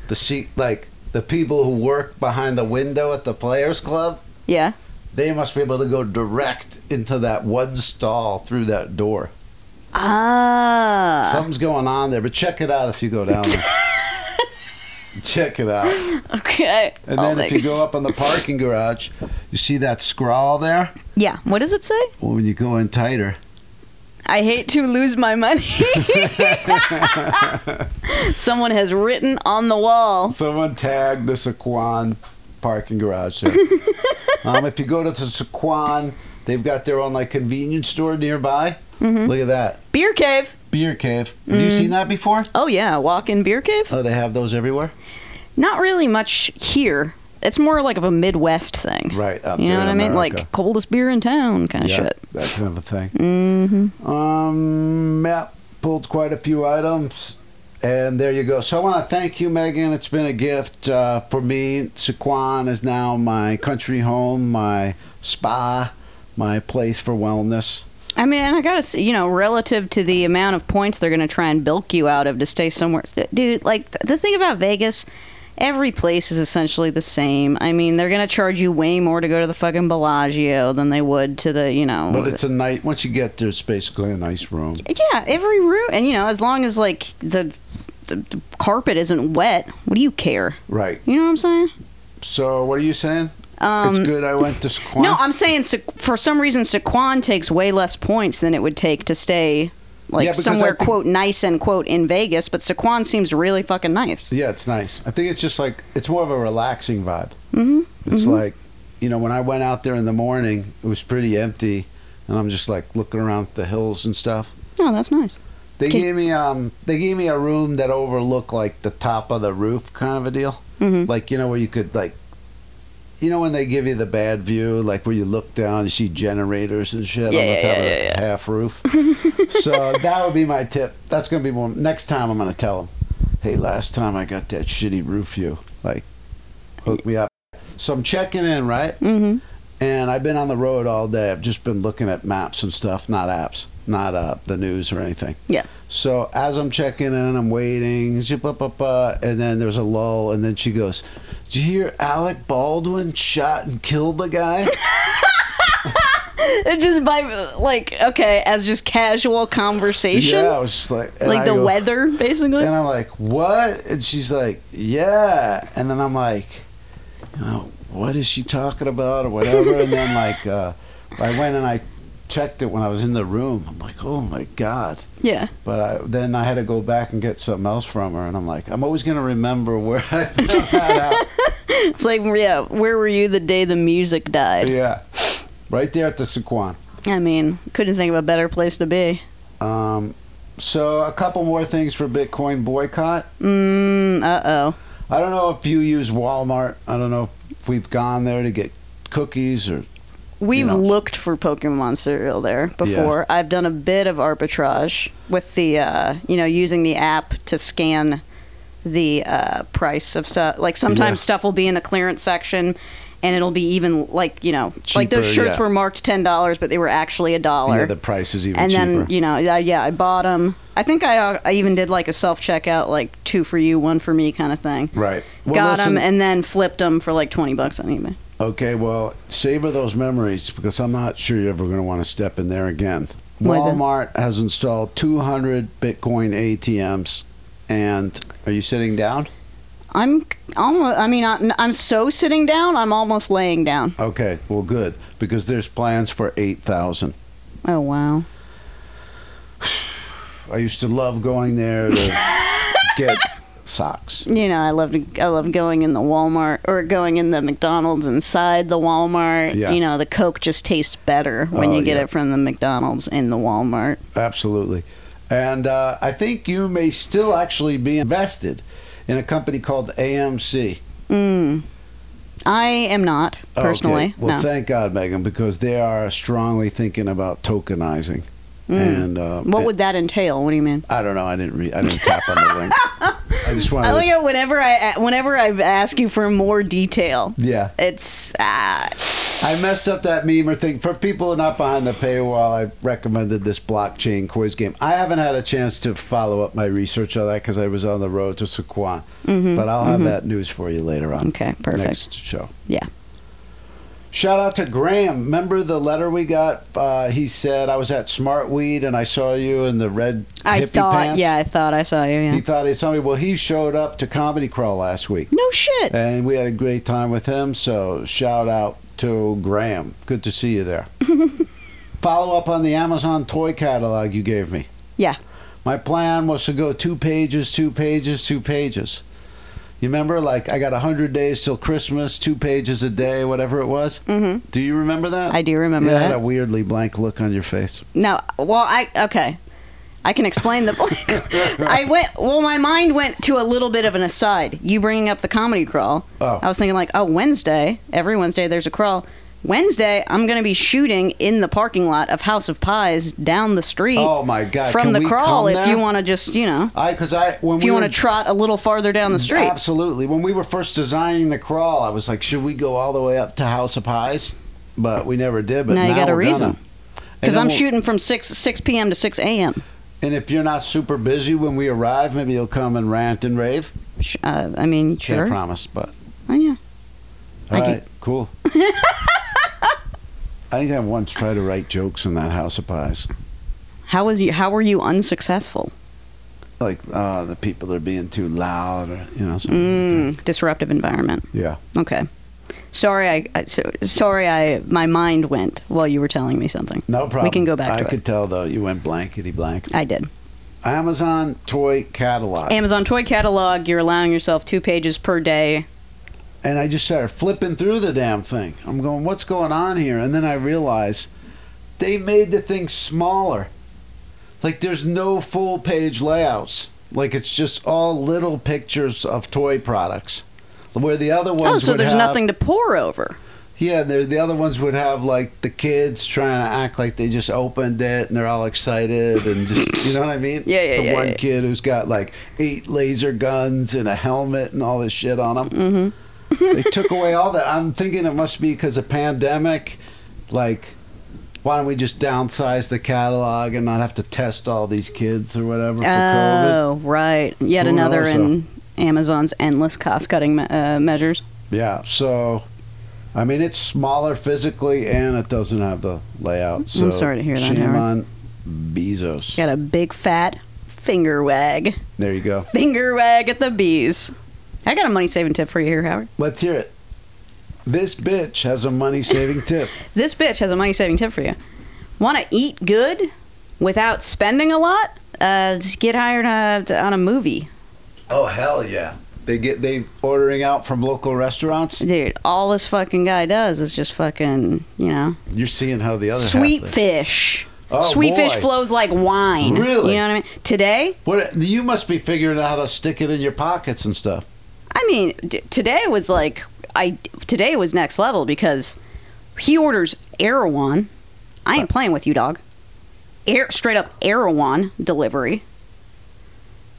Speaker 2: the seat, like the people who work behind the window at the Players Club,
Speaker 1: Yeah.
Speaker 2: they must be able to go direct into that one stall through that door.
Speaker 1: Ah.
Speaker 2: Something's going on there, but check it out if you go down there. check it out.
Speaker 1: Okay.
Speaker 2: And
Speaker 1: Oh
Speaker 2: then
Speaker 1: my
Speaker 2: if you
Speaker 1: God.
Speaker 2: go up on the parking garage, you see that scrawl there?
Speaker 1: Yeah. What does it say?
Speaker 2: Well, when you go in tighter,
Speaker 1: I hate to lose my money. Someone has written on the wall.
Speaker 2: Someone tagged the Saquon parking garage. there. um, if you go to the Saquon, they've got their own like convenience store nearby. Look at that
Speaker 1: Beer cave.
Speaker 2: beer cave. Have you seen that before?
Speaker 1: Oh yeah, walk in beer cave?
Speaker 2: Oh, they have those everywhere.
Speaker 1: Not really much here. It's more like of a Midwest thing.
Speaker 2: Right, out
Speaker 1: You know
Speaker 2: there
Speaker 1: what I
Speaker 2: in
Speaker 1: mean?
Speaker 2: America.
Speaker 1: Like coldest beer in town kind of shit.
Speaker 2: that kind of a thing. Um, Matt pulled quite a few items, and there you go. So I want to thank you, Megan. It's been a gift uh, for me. Saquon is now my country home, my spa, my place for wellness.
Speaker 1: I mean, and I gotta, s- you know, relative to the amount of points they're gonna try and bilk you out of to stay somewhere, Th- dude. Like th- the thing about Vegas, every place is essentially the same. I mean, they're gonna charge you way more to go to the fucking Bellagio than they would to the, you know.
Speaker 2: But it's a night. Once you get there, it's basically a nice room.
Speaker 1: yeah, every room, and you know, as long as like the, the, the carpet isn't wet, what do you care?
Speaker 2: Right.
Speaker 1: You know what I'm saying?
Speaker 2: So, what are you saying? it's good I went to Saquon.
Speaker 1: Um, No, I'm saying Sa- for some reason Saquon takes way less points than it would take to stay like
Speaker 2: Yeah, because I
Speaker 1: somewhere
Speaker 2: think-
Speaker 1: quote nice and quote in Vegas, but Saquon seems really fucking nice.
Speaker 2: Yeah, it's nice. I think it's just like it's more of a relaxing vibe. Mm-hmm. It's like you know when I went out there in the morning, it was pretty empty, and I'm just like looking around at the hills and stuff.
Speaker 1: Oh, that's nice.
Speaker 2: They
Speaker 1: Can-
Speaker 2: gave me um they gave me a room that overlooked like the top of the roof kind of a deal.
Speaker 1: Mhm.
Speaker 2: Like you know where you could like you know when they give you the bad view, like where you look down, you see generators and shit
Speaker 1: Yeah,
Speaker 2: on the
Speaker 1: yeah,
Speaker 2: top
Speaker 1: yeah,
Speaker 2: of
Speaker 1: yeah, yeah.
Speaker 2: the half roof. so that would be my tip. That's gonna be one next time I'm gonna tell them, hey, last time I got that shitty roof view, like hook me up. So I'm checking in, right?
Speaker 1: Mm-hmm.
Speaker 2: And I've been on the road all day. I've just been looking at maps and stuff, not apps, not uh, the news or anything.
Speaker 1: Yeah.
Speaker 2: So as I'm checking in, I'm waiting, zip, up, up, uh, and then there's a lull, and then she goes, "Did you hear Alec Baldwin shot and killed the guy?"
Speaker 1: It just by like okay, as just casual conversation,
Speaker 2: yeah, I was just like, and
Speaker 1: like
Speaker 2: I
Speaker 1: the
Speaker 2: go-
Speaker 1: weather basically.
Speaker 2: and I'm like, "What?" And she's like, "Yeah," and then I'm like, "You know, what is she talking about or whatever?" and then like, uh, I went and I checked it when I was in the room. I'm like, "Oh my god."
Speaker 1: yeah,
Speaker 2: But I, then I had to go back and get something else from her, and I'm like, I'm always gonna remember where I found that
Speaker 1: it's like yeah, where were you the day the music
Speaker 2: out.
Speaker 1: died?
Speaker 2: Yeah, right there at the Saquon.
Speaker 1: I mean, couldn't think of a better place to be.
Speaker 2: Um, so a couple more things for Bitcoin boycott.
Speaker 1: Mm, uh oh.
Speaker 2: I don't know if you use Walmart. I don't know if we've gone there to get cookies or
Speaker 1: We've
Speaker 2: know.
Speaker 1: looked for Pokemon cereal there before. I've done a bit of arbitrage with the, uh, you know, using the app to scan the uh, price of stuff. Like sometimes
Speaker 2: Yeah.
Speaker 1: stuff will be in the clearance section, and it'll be even like you know, like those
Speaker 2: Cheaper,
Speaker 1: shirts
Speaker 2: yeah.
Speaker 1: were marked ten dollars, but they were actually a dollar.
Speaker 2: Yeah, the price is even
Speaker 1: and
Speaker 2: cheaper.
Speaker 1: then you know, I, yeah, I bought them. I think I, uh, I even did like a self checkout, like two for you, one for me, kind of thing.
Speaker 2: right. Well,
Speaker 1: Got
Speaker 2: listen-
Speaker 1: them and then flipped them for like twenty bucks on eBay.
Speaker 2: Okay, well, savor those memories because I'm not sure you're ever going to want to step in there again.
Speaker 1: Why is that?
Speaker 2: Walmart has installed 200 Bitcoin ATMs, and are you sitting down?
Speaker 1: I'm almost. I mean, I, I'm so sitting down. I'm almost laying down.
Speaker 2: Okay, well, good because there's plans for 8,000.
Speaker 1: Oh wow.
Speaker 2: I used to love going there to get socks.
Speaker 1: You know, I love to. I love going in the Walmart or going in the McDonald's inside the Walmart.
Speaker 2: Yeah.
Speaker 1: You know, the Coke just tastes better when
Speaker 2: Oh,
Speaker 1: you get
Speaker 2: yeah.
Speaker 1: it from the McDonald's in the Walmart.
Speaker 2: Absolutely. And uh, I think you may still actually be invested in a company called AMC.
Speaker 1: Mm. I am not
Speaker 2: Okay.
Speaker 1: personally.
Speaker 2: Well,
Speaker 1: no.
Speaker 2: thank God, Megan, because they are strongly thinking about tokenizing. And um,
Speaker 1: Mm. what
Speaker 2: it-
Speaker 1: would that entail? What do you mean?
Speaker 2: I don't know? I didn't read. I didn't tap on the link. I just wanted.
Speaker 1: I look
Speaker 2: to,
Speaker 1: at Oh, whenever I whenever I ask you for more detail.
Speaker 2: yeah,
Speaker 1: It's uh,
Speaker 2: I messed up that meme or thing. For people who are not behind the paywall, I recommended this blockchain quiz game. I haven't had a chance to follow up my research on that because I was on the road to Sequan. But I'll have that news for you later on.
Speaker 1: Mm-hmm. Okay, perfect.
Speaker 2: Next show.
Speaker 1: yeah.
Speaker 2: Shout out to Graham. Remember the letter we got? Uh, he said, I was at Smartweed and I saw you in the red
Speaker 1: I
Speaker 2: hippie
Speaker 1: thought.
Speaker 2: pants.
Speaker 1: Yeah, I thought I saw you. Yeah.
Speaker 2: He thought he saw me. Well, he showed up to Comedy Crawl last week
Speaker 1: no shit.
Speaker 2: and we had a great time with him. So shout out to Graham. Good to see you there. Follow up on the Amazon toy catalog you gave me.
Speaker 1: Yeah.
Speaker 2: My plan was to go two pages, two pages, two pages. You remember, like I got hundred days till Christmas, two pages a day, whatever it was. Mm-hmm. Do you remember that?
Speaker 1: I do remember
Speaker 2: You had
Speaker 1: that.
Speaker 2: a weirdly blank look on your face.
Speaker 1: No, well, I okay. I can explain the blank. I went well. My mind went to a little bit of an aside. You bringing up the comedy crawl.
Speaker 2: Oh.
Speaker 1: I was thinking like, oh, Wednesday. Every Wednesday there's a crawl. Wednesday, I'm going to be shooting in the parking lot of House of Pies down the street.
Speaker 2: Oh, my God.
Speaker 1: From
Speaker 2: Can
Speaker 1: the
Speaker 2: we
Speaker 1: crawl,
Speaker 2: come
Speaker 1: if you
Speaker 2: there?
Speaker 1: want to just you know,
Speaker 2: I because I when
Speaker 1: if
Speaker 2: we
Speaker 1: you
Speaker 2: were-
Speaker 1: want to trot a little farther down the street.
Speaker 2: Absolutely. When we were first designing the crawl, I was like, should we go all the way up to House of Pies? But we never did. But
Speaker 1: Now you got a
Speaker 2: we're gonna.
Speaker 1: reason.
Speaker 2: And
Speaker 1: Because
Speaker 2: then
Speaker 1: I'm
Speaker 2: we'll-
Speaker 1: shooting from six six p.m. to six a.m.
Speaker 2: And if you're not super busy when we arrive, maybe you'll come and rant and rave.
Speaker 1: Sh- Uh, I mean, sure.
Speaker 2: Can't promise, but
Speaker 1: Oh, yeah. I
Speaker 2: all
Speaker 1: can-
Speaker 2: right, cool. I think I once tried to write jokes in that House of Pies.
Speaker 1: How was you? How were you unsuccessful?
Speaker 2: Like uh, the people are being too loud, or you know, something like
Speaker 1: Mm, disruptive environment.
Speaker 2: that. yeah.
Speaker 1: Okay. Sorry, I, I so, sorry, I my mind went while you were telling me something.
Speaker 2: No problem.
Speaker 1: We can go back
Speaker 2: I
Speaker 1: to
Speaker 2: could
Speaker 1: it.
Speaker 2: tell though you went blankety blank.
Speaker 1: I did.
Speaker 2: Amazon toy catalog.
Speaker 1: Amazon toy catalog. You're allowing yourself two pages per day.
Speaker 2: and I just started flipping through the damn thing. I'm going, what's going on here? And then I realize they made the thing smaller. Like there's no full page layouts. Like it's just all little pictures of toy products. Where the other ones
Speaker 1: oh, so
Speaker 2: would
Speaker 1: there's
Speaker 2: have-
Speaker 1: nothing to pour over.
Speaker 2: Yeah, the the other ones would have like the kids trying to act like they just opened it and they're all excited and just you know what I mean?
Speaker 1: Yeah, yeah,
Speaker 2: The
Speaker 1: yeah,
Speaker 2: one
Speaker 1: yeah.
Speaker 2: kid who's got like eight laser guns and a helmet and all this shit on him. Mm-hmm. they took away all that. I'm thinking it must be because of pandemic. Like, why don't we just downsize the catalog and not have to test all these kids or whatever for COVID?
Speaker 1: Oh, right. Yet
Speaker 2: Who
Speaker 1: another
Speaker 2: knows,
Speaker 1: in Amazon's endless cost-cutting me- uh, measures.
Speaker 2: Yeah, so I mean it's smaller physically and it doesn't have the layout. So
Speaker 1: I'm sorry to hear that,
Speaker 2: Shame
Speaker 1: Howard.
Speaker 2: on Bezos.
Speaker 1: Got a big fat finger wag,
Speaker 2: There you go.
Speaker 1: finger wag at the bees. I got a money-saving tip for you here, Howard.
Speaker 2: Let's hear it. This bitch has a money saving tip.
Speaker 1: This bitch has a money saving tip for you. Want to eat good without spending a lot? Uh, just get hired on a, on a movie,
Speaker 2: Oh hell yeah. They get they ordering out from local restaurants.
Speaker 1: dude. All this fucking guy does is just fucking, you know,
Speaker 2: You're seeing how the other half
Speaker 1: Mm-hmm. sweet
Speaker 2: lives.
Speaker 1: fish.
Speaker 2: Oh,
Speaker 1: sweet fish
Speaker 2: boy.
Speaker 1: flows like wine.
Speaker 2: Really?
Speaker 1: You know what I mean? Today,
Speaker 2: What you must be figuring out how to stick it in your pockets and stuff.
Speaker 1: I mean, d- today was like I today was next level because he orders Erewhon. I ain't playing with you, dog. Air straight up Erewhon delivery.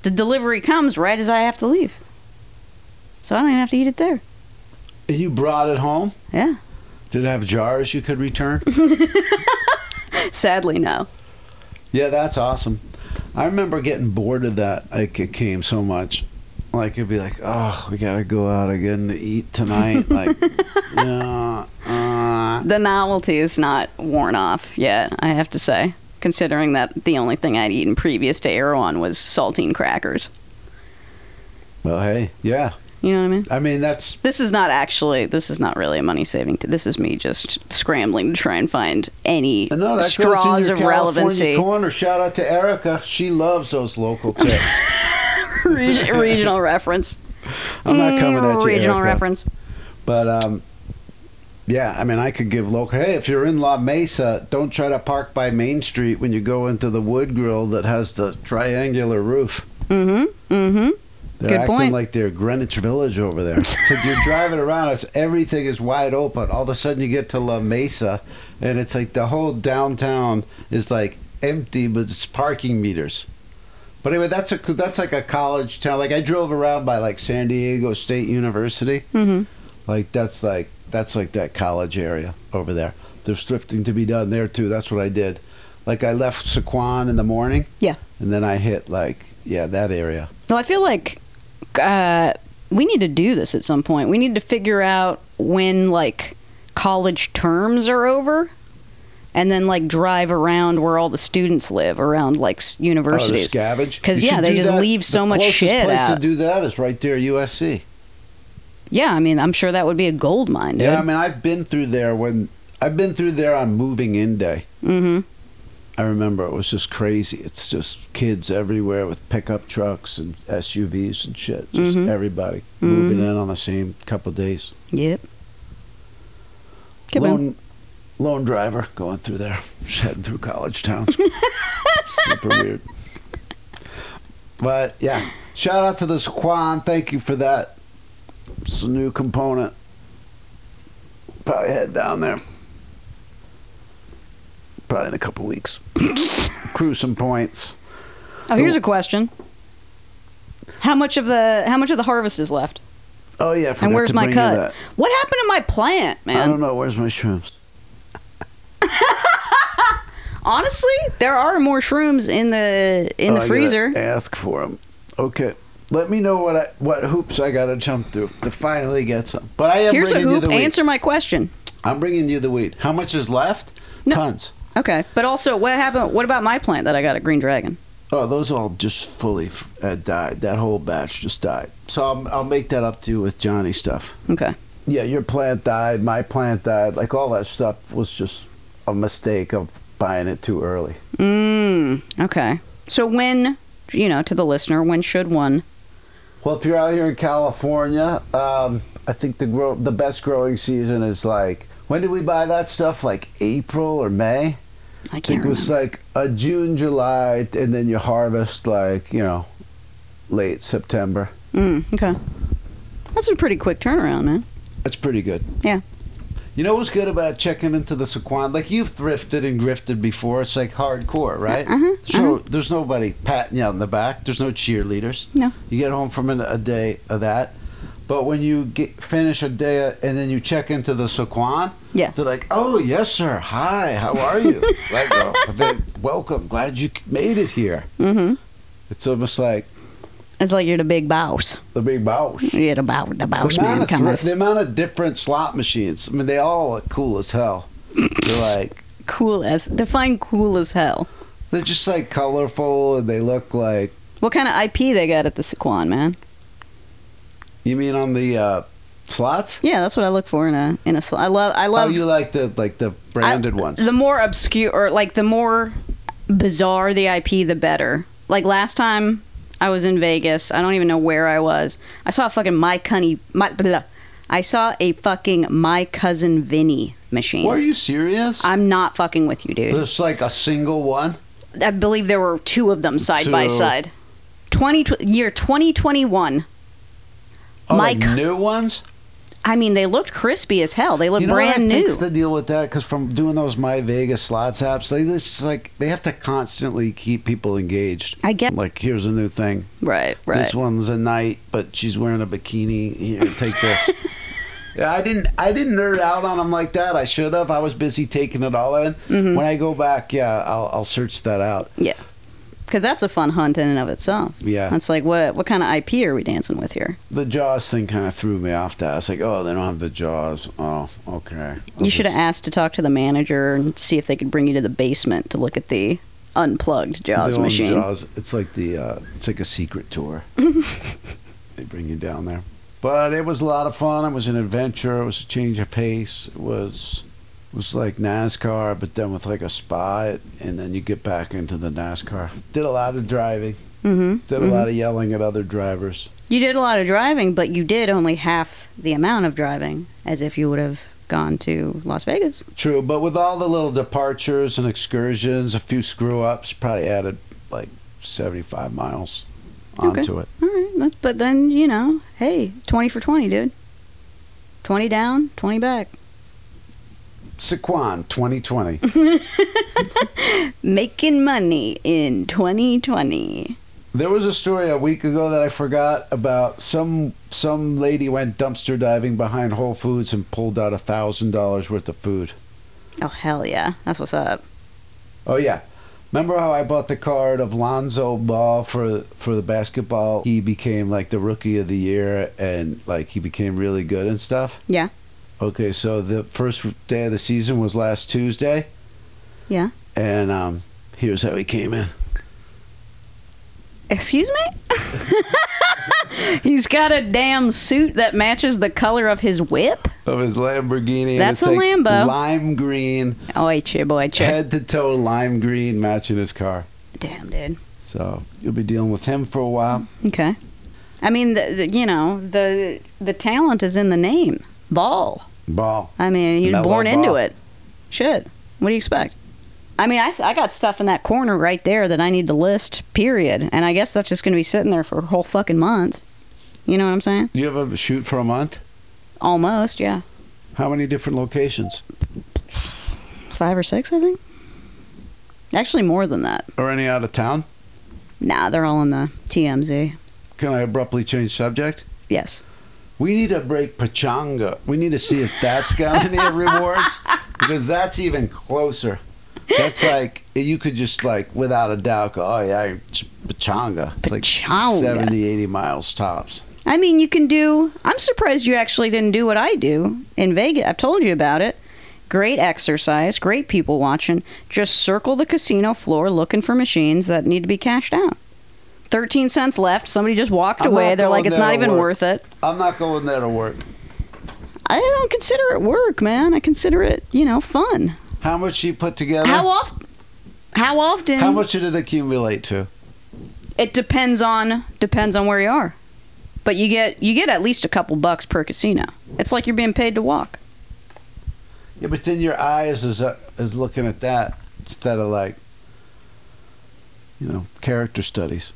Speaker 1: The delivery comes right as I have to leave, so I don't even have to eat it there.
Speaker 2: And you brought it home?
Speaker 1: Yeah.
Speaker 2: Did it have jars you could return?
Speaker 1: Sadly, no.
Speaker 2: yeah, that's awesome. I remember getting bored of that. Like it came so much. Like it'd be like, oh, we gotta go out again to eat tonight. Like, yeah, uh,
Speaker 1: The novelty is not worn off yet. I have to say, considering that the only thing I'd eaten previous to Erewhon was saltine crackers.
Speaker 2: well, hey, yeah.
Speaker 1: You know what I mean?
Speaker 2: I mean, that's
Speaker 1: This is not actually. This is not really a money saving. T- this is me just scrambling to try and find any
Speaker 2: No, that goes
Speaker 1: straws
Speaker 2: in your
Speaker 1: of
Speaker 2: California
Speaker 1: relevancy.
Speaker 2: Corner. Shout out to Erica. She loves those local tips.
Speaker 1: Reg- regional reference. Mm,
Speaker 2: I'm not coming at you,
Speaker 1: Regional
Speaker 2: Erica.
Speaker 1: reference.
Speaker 2: But um, yeah, I mean, I could give local. Hey, if you're in La Mesa, don't try to park by Main Street when you go into the wood grill that has the triangular roof.
Speaker 1: Mm-hmm. Mm-hmm.
Speaker 2: They're
Speaker 1: Good
Speaker 2: acting
Speaker 1: point.
Speaker 2: like they're Greenwich Village over there. It's like you're driving around, it's, everything is wide open. All of a sudden, you get to La Mesa, and it's like the whole downtown is like empty, but it's parking meters. But anyway, that's a co- that's like a college town. Like I drove around by like San Diego State University.
Speaker 1: Mm-hmm.
Speaker 2: Like that's like that's like that college area over there. There's thrifting to be done there too. That's what I did. Like I left Sequan in the morning.
Speaker 1: Yeah.
Speaker 2: And then I hit like yeah that area.
Speaker 1: No, I feel like uh, we need to do this at some point. We need to figure out when like college terms are over, and then like drive around where all the students live around like s-
Speaker 2: Oh,
Speaker 1: universities.
Speaker 2: to scavenge.
Speaker 1: 'Cause,
Speaker 2: You
Speaker 1: yeah,
Speaker 2: should
Speaker 1: they
Speaker 2: do
Speaker 1: just leave so
Speaker 2: the
Speaker 1: much
Speaker 2: closest
Speaker 1: shit
Speaker 2: place
Speaker 1: out.
Speaker 2: to do that is right there, USC.
Speaker 1: yeah, I mean, I'm sure that would be a gold mine. Dude.
Speaker 2: Yeah, I mean, I've been through there when I've been through there on moving in day.
Speaker 1: mm-hmm.
Speaker 2: I remember it was just crazy. It's just kids everywhere with pickup trucks and SUVs and shit. Just
Speaker 1: Mhm.
Speaker 2: everybody moving in on the same couple days.
Speaker 1: Yep. Come on.
Speaker 2: lone, lone driver going through there, just heading through college towns. Super weird. But yeah, shout out to this Quan. Thank you for that. It's a new component. Probably head down there. Probably in a couple weeks. Crew some points.
Speaker 1: Oh, here's a question. How much of the how much of the harvest is left?
Speaker 2: Oh yeah, I forgot
Speaker 1: And where's
Speaker 2: to
Speaker 1: my
Speaker 2: bring You that. Um,
Speaker 1: cut? What happened to my plant,
Speaker 2: I don't
Speaker 1: man?
Speaker 2: know. Where's my shrimps?
Speaker 1: Honestly, there are more shrooms in the in
Speaker 2: Oh,
Speaker 1: the
Speaker 2: I gotta
Speaker 1: freezer.
Speaker 2: Ask for them. Okay. Let me know what I, what hoops I gotta jump through to finally get some. But I am
Speaker 1: Here's a
Speaker 2: bringing you
Speaker 1: hoop.
Speaker 2: the wheat.
Speaker 1: Answer my question.
Speaker 2: I'm bringing you the wheat. How much is left?
Speaker 1: No.
Speaker 2: Tons.
Speaker 1: Okay, but also, what happened? What about my plant that I got at Green Dragon?
Speaker 2: Oh, those all just fully f- uh, died. That whole batch just died. So I'm, I'll make that up to you with Johnny stuff.
Speaker 1: Okay,
Speaker 2: Yeah, your plant died. My plant died. Like all that stuff was just a mistake of buying it too early.
Speaker 1: mm, okay. So when you know to the listener, when should one?
Speaker 2: Well, if you're out here in California, um, I think the grow the best growing season is like when did we buy that stuff? Like April or May?
Speaker 1: I
Speaker 2: It
Speaker 1: can't remember.
Speaker 2: was like a June, July, and then you harvest like you know late September.
Speaker 1: Mm, okay, that's a pretty quick turnaround, man.
Speaker 2: That's pretty good.
Speaker 1: Yeah.
Speaker 2: You know what's good about checking into the Sequan? Like you've thrifted and grifted before. It's like hardcore, right?
Speaker 1: Uh-huh,
Speaker 2: So there's nobody patting you on the back. There's no cheerleaders.
Speaker 1: No.
Speaker 2: You get home from an, a day of that, but when you get, finish a day of- and then you check into the Sequan,
Speaker 1: Yeah.
Speaker 2: they're like, "Oh yes, sir. Hi, how are you? like, "Oh, okay, welcome. Glad you made it here."
Speaker 1: Mm-hmm.
Speaker 2: It's almost like
Speaker 1: It's like you're the big boss.
Speaker 2: the big boss.
Speaker 1: You're the, bow, the boss
Speaker 2: The amount,
Speaker 1: man.
Speaker 2: of
Speaker 1: Come
Speaker 2: thri-
Speaker 1: on.
Speaker 2: the amount of different slot machines. I mean, they all look cool as hell. They're like
Speaker 1: cool as define cool as hell.
Speaker 2: they're just like colorful, and they look like.
Speaker 1: What kind of IP they got at the Sequan, man?
Speaker 2: You mean on the uh, slots?
Speaker 1: Yeah, that's what I look for in a in a slot. I love I
Speaker 2: Oh,
Speaker 1: love
Speaker 2: you like the like the branded
Speaker 1: I-
Speaker 2: ones?
Speaker 1: The more obscure or like the more bizarre the IP, the better. Like last time I was in Vegas, I don't even know where I was. I saw a fucking my cunny my blah, blah. I saw a fucking my cousin Vinny machine.
Speaker 2: Are you serious?
Speaker 1: I'm not fucking with you, dude.
Speaker 2: There's like a single one.
Speaker 1: I believe there were two of them side by
Speaker 2: Two.
Speaker 1: side. 20 tw- year 2021.
Speaker 2: Oh,
Speaker 1: Mike.
Speaker 2: like new Oh, ones.
Speaker 1: I mean, they looked crispy as hell. They look
Speaker 2: You know
Speaker 1: brand
Speaker 2: what I
Speaker 1: new.
Speaker 2: think's the deal with that? Because from doing those My Vegas slots apps, they just like they have to constantly keep people engaged.
Speaker 1: I get-
Speaker 2: like here's a new thing.
Speaker 1: right, right.
Speaker 2: This one's a knight, but she's wearing a bikini. Here, take this. Yeah, I didn't. I didn't nerd out on them like that. I should have. I was busy taking it all in.
Speaker 1: Mm-hmm.
Speaker 2: When I go back, yeah, I'll, I'll search that out.
Speaker 1: Yeah. Because that's a fun hunt in and of itself.
Speaker 2: Yeah.
Speaker 1: That's like, what what kind of IP are we dancing with here?
Speaker 2: The Jaws thing kind of threw me off. That I was like, oh, they don't have the Jaws. Oh, okay. I'll
Speaker 1: You should have
Speaker 2: just-
Speaker 1: asked to talk to the manager and see if they could bring you to the basement to look at the unplugged Jaws
Speaker 2: They own
Speaker 1: machine.
Speaker 2: Jaws. It's like the uh, it's like a secret tour. they bring you down there. But it was a lot of fun. It was an adventure. It was a change of pace. It was it was like NASCAR, but then with like a spot, and then you get back into the NASCAR. Did a lot of driving.
Speaker 1: Mm-hmm.
Speaker 2: Did a lot of yelling at other drivers.
Speaker 1: You did a lot of driving, but you did only half the amount of driving as if you would have gone to Las Vegas.
Speaker 2: True, but with all the little departures and excursions, a few screw ups, probably added like seventy five miles
Speaker 1: Okay.
Speaker 2: onto it.
Speaker 1: All right. That's, but then, you know, hey, 20 for 20, dude. 20 down, 20 back.
Speaker 2: Saquon, twenty twenty.
Speaker 1: Making money in 2020.
Speaker 2: There was a story a week ago that I forgot about. Some some lady went dumpster diving behind Whole Foods and pulled out a thousand dollars worth of food.
Speaker 1: Oh, hell yeah. That's what's up.
Speaker 2: Oh yeah, remember how I bought the card of Lonzo Ball for for the basketball? He became like the rookie of the year and like he became really good and stuff.
Speaker 1: Yeah.
Speaker 2: Okay, so the first day of the season was last Tuesday,
Speaker 1: Yeah.
Speaker 2: and um, here's how he came in.
Speaker 1: Excuse me? He's got a damn suit that matches the color of his whip.
Speaker 2: Of his Lamborghini. and
Speaker 1: That's
Speaker 2: it's,
Speaker 1: a
Speaker 2: like,
Speaker 1: Lambo.
Speaker 2: Lime green,
Speaker 1: Oh, wait, boy, boy,
Speaker 2: head to toe lime green matching his car.
Speaker 1: Damn, dude.
Speaker 2: So you'll be dealing with him for a while.
Speaker 1: Okay. I mean, the, the- you know, the the talent is in the name. Ball.
Speaker 2: Ball.
Speaker 1: I mean, he was
Speaker 2: Mellow
Speaker 1: born into
Speaker 2: ball.
Speaker 1: it. Shit. What do you expect? I mean, I, I got stuff in that corner right there that I need to list, period. And I guess that's just going to be sitting there for a whole fucking month. You know what I'm saying?
Speaker 2: You have a shoot for a month?
Speaker 1: Almost, yeah.
Speaker 2: How many different locations?
Speaker 1: Five or six, I think. Actually, more than that.
Speaker 2: Or any out of town?
Speaker 1: Nah, they're all in the TMZ.
Speaker 2: Can I abruptly change subject?
Speaker 1: Yes.
Speaker 2: We need to break Pachanga. We need to see if that's got any rewards because that's even closer. That's like you could just like without a doubt go, oh yeah, it's Pachanga. It's like
Speaker 1: Pechanga.
Speaker 2: 70, 80 miles tops.
Speaker 1: I mean, you can do. I'm surprised you actually didn't do what I do in Vegas. I've told you about it. Great exercise, great people watching. Just circle the casino floor looking for machines that need to be cashed out. 13 cents left. Somebody just walked
Speaker 2: I'm
Speaker 1: away.
Speaker 2: not
Speaker 1: They're like,
Speaker 2: going
Speaker 1: it's
Speaker 2: there
Speaker 1: not
Speaker 2: to
Speaker 1: even
Speaker 2: work."
Speaker 1: worth it.
Speaker 2: I'm not going there to work.
Speaker 1: I don't consider it work, man. I consider it, you know, fun.
Speaker 2: How much she put together?
Speaker 1: How often? How often?
Speaker 2: How much did it accumulate to?
Speaker 1: It depends on depends on where you are, but you get you get at least a couple bucks per casino. It's like you're being paid to walk.
Speaker 2: Yeah, but then your eyes is uh, is looking at that instead of like, you know, character studies.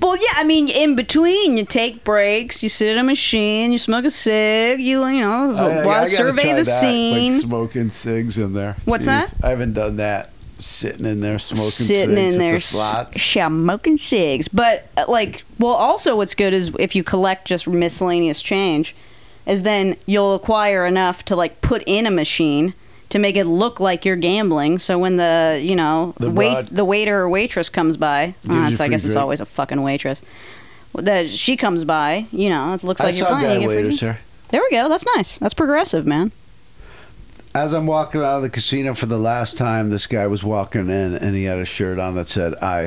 Speaker 1: Well, yeah, I mean, in between, you take breaks, you sit at a machine, you smoke a cig, you you know,
Speaker 2: I- Oh, I- I gotta
Speaker 1: survey
Speaker 2: try
Speaker 1: the
Speaker 2: that, like
Speaker 1: scene.
Speaker 2: smoking cigs in there.
Speaker 1: What's that?
Speaker 2: I haven't done that. Sitting in there smoking
Speaker 1: sitting
Speaker 2: cigs
Speaker 1: in
Speaker 2: at
Speaker 1: there
Speaker 2: the slots.
Speaker 1: smoking cigs. But uh, like, well, also what's good is if you collect just miscellaneous change, is then you'll acquire enough to like put in a machine to make it look like you're gambling. So when the you know
Speaker 2: The
Speaker 1: wait
Speaker 2: broad-
Speaker 1: the waiter or waitress comes by,
Speaker 2: you
Speaker 1: uh, it's, I
Speaker 2: free
Speaker 1: guess it's
Speaker 2: drink.
Speaker 1: always a fucking waitress. That she comes by, you know, it looks
Speaker 2: I
Speaker 1: like you're
Speaker 2: saw
Speaker 1: playing. you get
Speaker 2: that
Speaker 1: free
Speaker 2: waiter,
Speaker 1: drink.
Speaker 2: sir.
Speaker 1: There we go. That's nice. That's progressive, man.
Speaker 2: As I'm walking out of the casino for the last time, this guy was walking in and he had a shirt on that said "I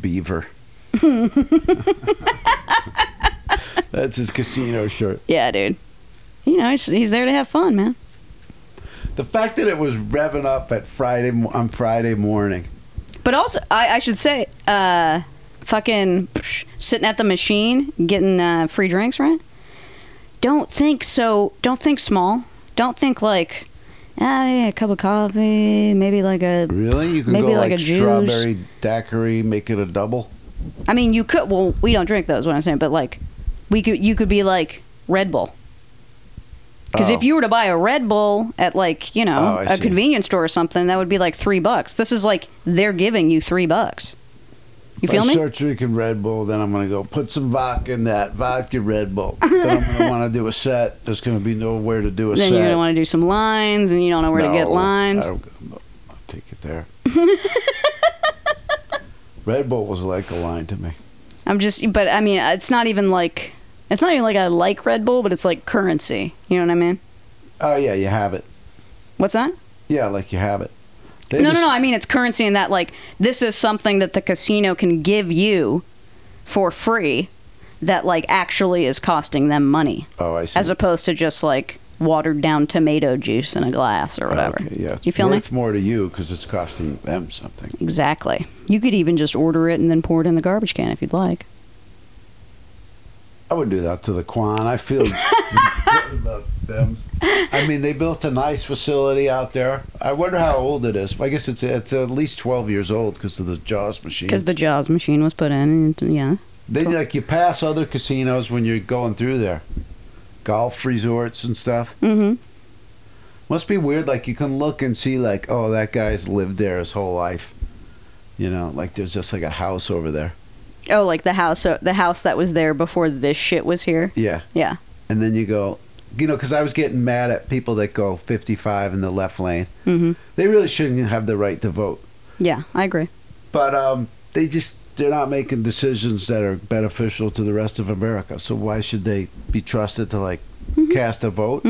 Speaker 2: Beaver." That's his casino shirt.
Speaker 1: Yeah, dude. You know, he's, he's there to have fun, man.
Speaker 2: The fact that it was revving up at Friday mo- on Friday morning.
Speaker 1: But also, I, I should say, uh, fucking psh, sitting at the machine getting uh, free drinks, right? Don't think so. Don't think small. Don't think like, ah, yeah, a cup of coffee, maybe like a.
Speaker 2: Really? You can
Speaker 1: Maybe
Speaker 2: go
Speaker 1: like
Speaker 2: like,
Speaker 1: a juice.
Speaker 2: strawberry daiquiri, make it a double.
Speaker 1: I mean, you could. Well, we don't drink those. What I'm saying, but like, we could. You could be like Red Bull. Because
Speaker 2: Oh.
Speaker 1: if you were to buy a Red Bull at like you
Speaker 2: Oh,
Speaker 1: know
Speaker 2: I
Speaker 1: a
Speaker 2: see.
Speaker 1: convenience store or something, that would be like three bucks. This is like they're giving you three bucks. You
Speaker 2: If
Speaker 1: feel
Speaker 2: I
Speaker 1: me?
Speaker 2: start drinking Red Bull, then I'm gonna go put some vodka in that vodka Red Bull. then I'm gonna want to do a set. There's gonna be nowhere to do a
Speaker 1: Then
Speaker 2: set.
Speaker 1: you're gonna want to do some lines, and you don't know where to get
Speaker 2: No,
Speaker 1: lines.
Speaker 2: I don't, I'll take it there. Red Bull was like a line to me.
Speaker 1: I'm just, but I mean, it's not even like it's not even like I like Red Bull, but it's like currency. You know what I mean?
Speaker 2: Oh yeah, you have it.
Speaker 1: What's that?
Speaker 2: Yeah, like you have it. They
Speaker 1: no,
Speaker 2: just-
Speaker 1: no, no. I mean, it's currency in that like this is something that the casino can give you for free that like actually is costing them money
Speaker 2: Oh, I see.
Speaker 1: as opposed to just like watered down tomato juice in a glass or whatever.
Speaker 2: Okay, yeah, it's
Speaker 1: You feel me?
Speaker 2: worth more to you because it's costing them something.
Speaker 1: Exactly. You could even just order it and then pour it in the garbage can if you'd like.
Speaker 2: I wouldn't do that to the Quan. I feel good about them. I mean, they built a nice facility out there. I wonder how old it is. I guess it's it's at least twelve years old because of the Jaws machine.
Speaker 1: Because the Jaws machine was put in, and yeah.
Speaker 2: Then like you pass other casinos when you're going through there, golf resorts and stuff.
Speaker 1: Mm-hmm.
Speaker 2: Must be weird. Like you can look and see like, oh, that guy's lived there his whole life. You know, like there's just like a house over there.
Speaker 1: Oh, like the house, uh, the house that was there before this shit was here.
Speaker 2: Yeah,
Speaker 1: Yeah.
Speaker 2: and then you go, you know, because I was getting mad at people that go 55 in the left lane.
Speaker 1: Mm-hmm.
Speaker 2: They really shouldn't have the right to vote,
Speaker 1: Yeah, I agree.
Speaker 2: but um, they just they're not making decisions that are beneficial to the rest of America. So why should they be trusted to like cast a vote?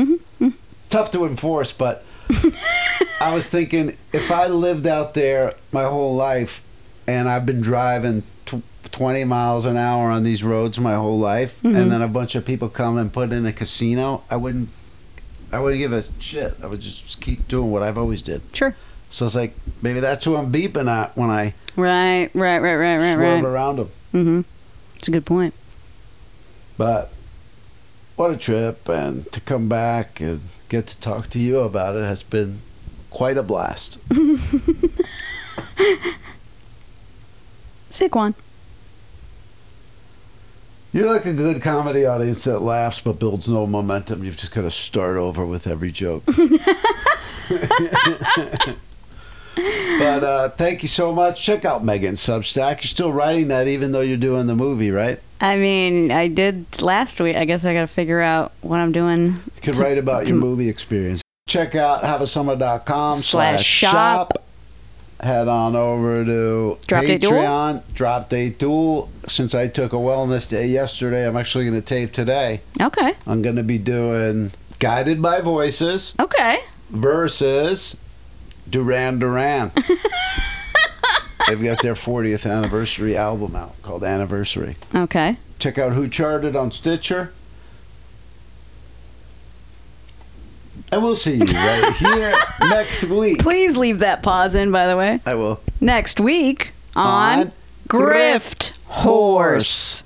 Speaker 2: Tough to enforce, but I was thinking if I lived out there my whole life and I've been driving tw- 20 miles an hour on these roads my whole life and then a bunch of people come and put in a casino, I wouldn't I wouldn't give a shit. I would just keep doing what I've always did.
Speaker 1: Sure.
Speaker 2: So it's like maybe that's who I'm beeping at when I
Speaker 1: Right, right, right, right, right, right.
Speaker 2: swerve around them.
Speaker 1: Mm-hmm. It's a good point.
Speaker 2: But what a trip and to come back and get to talk to you about it has been quite a blast.
Speaker 1: Sick one.
Speaker 2: You're like a good comedy audience that laughs but builds no momentum. You've just got to start over with every joke. but uh, thank you so much. Check out Megan's Substack. You're still writing that even though you're doing the movie, right?
Speaker 1: I mean, I did last week. I guess I got to figure out what I'm doing.
Speaker 2: You could write about your movie experience. Check out haveasummer.com
Speaker 1: Slash shop.
Speaker 2: Head on over to
Speaker 1: Drop Date Duel?
Speaker 2: Patreon, Drop Date Duel. Since I took a wellness day yesterday, I'm actually going to tape today.
Speaker 1: Okay.
Speaker 2: I'm going to be doing Guided by Voices.
Speaker 1: Okay.
Speaker 2: versus Duran Duran. They've got their 40th anniversary album out called Anniversary.
Speaker 1: Okay.
Speaker 2: Check out Who Charted on Stitcher. And we'll see you right here next week.
Speaker 1: Please leave that pause in, by the way.
Speaker 2: I will.
Speaker 1: Next week on,
Speaker 2: On
Speaker 1: Grift Horse.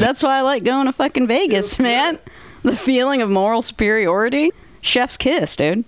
Speaker 1: That's why I like going to fucking Vegas, man. The feeling of moral superiority. Chef's kiss, dude.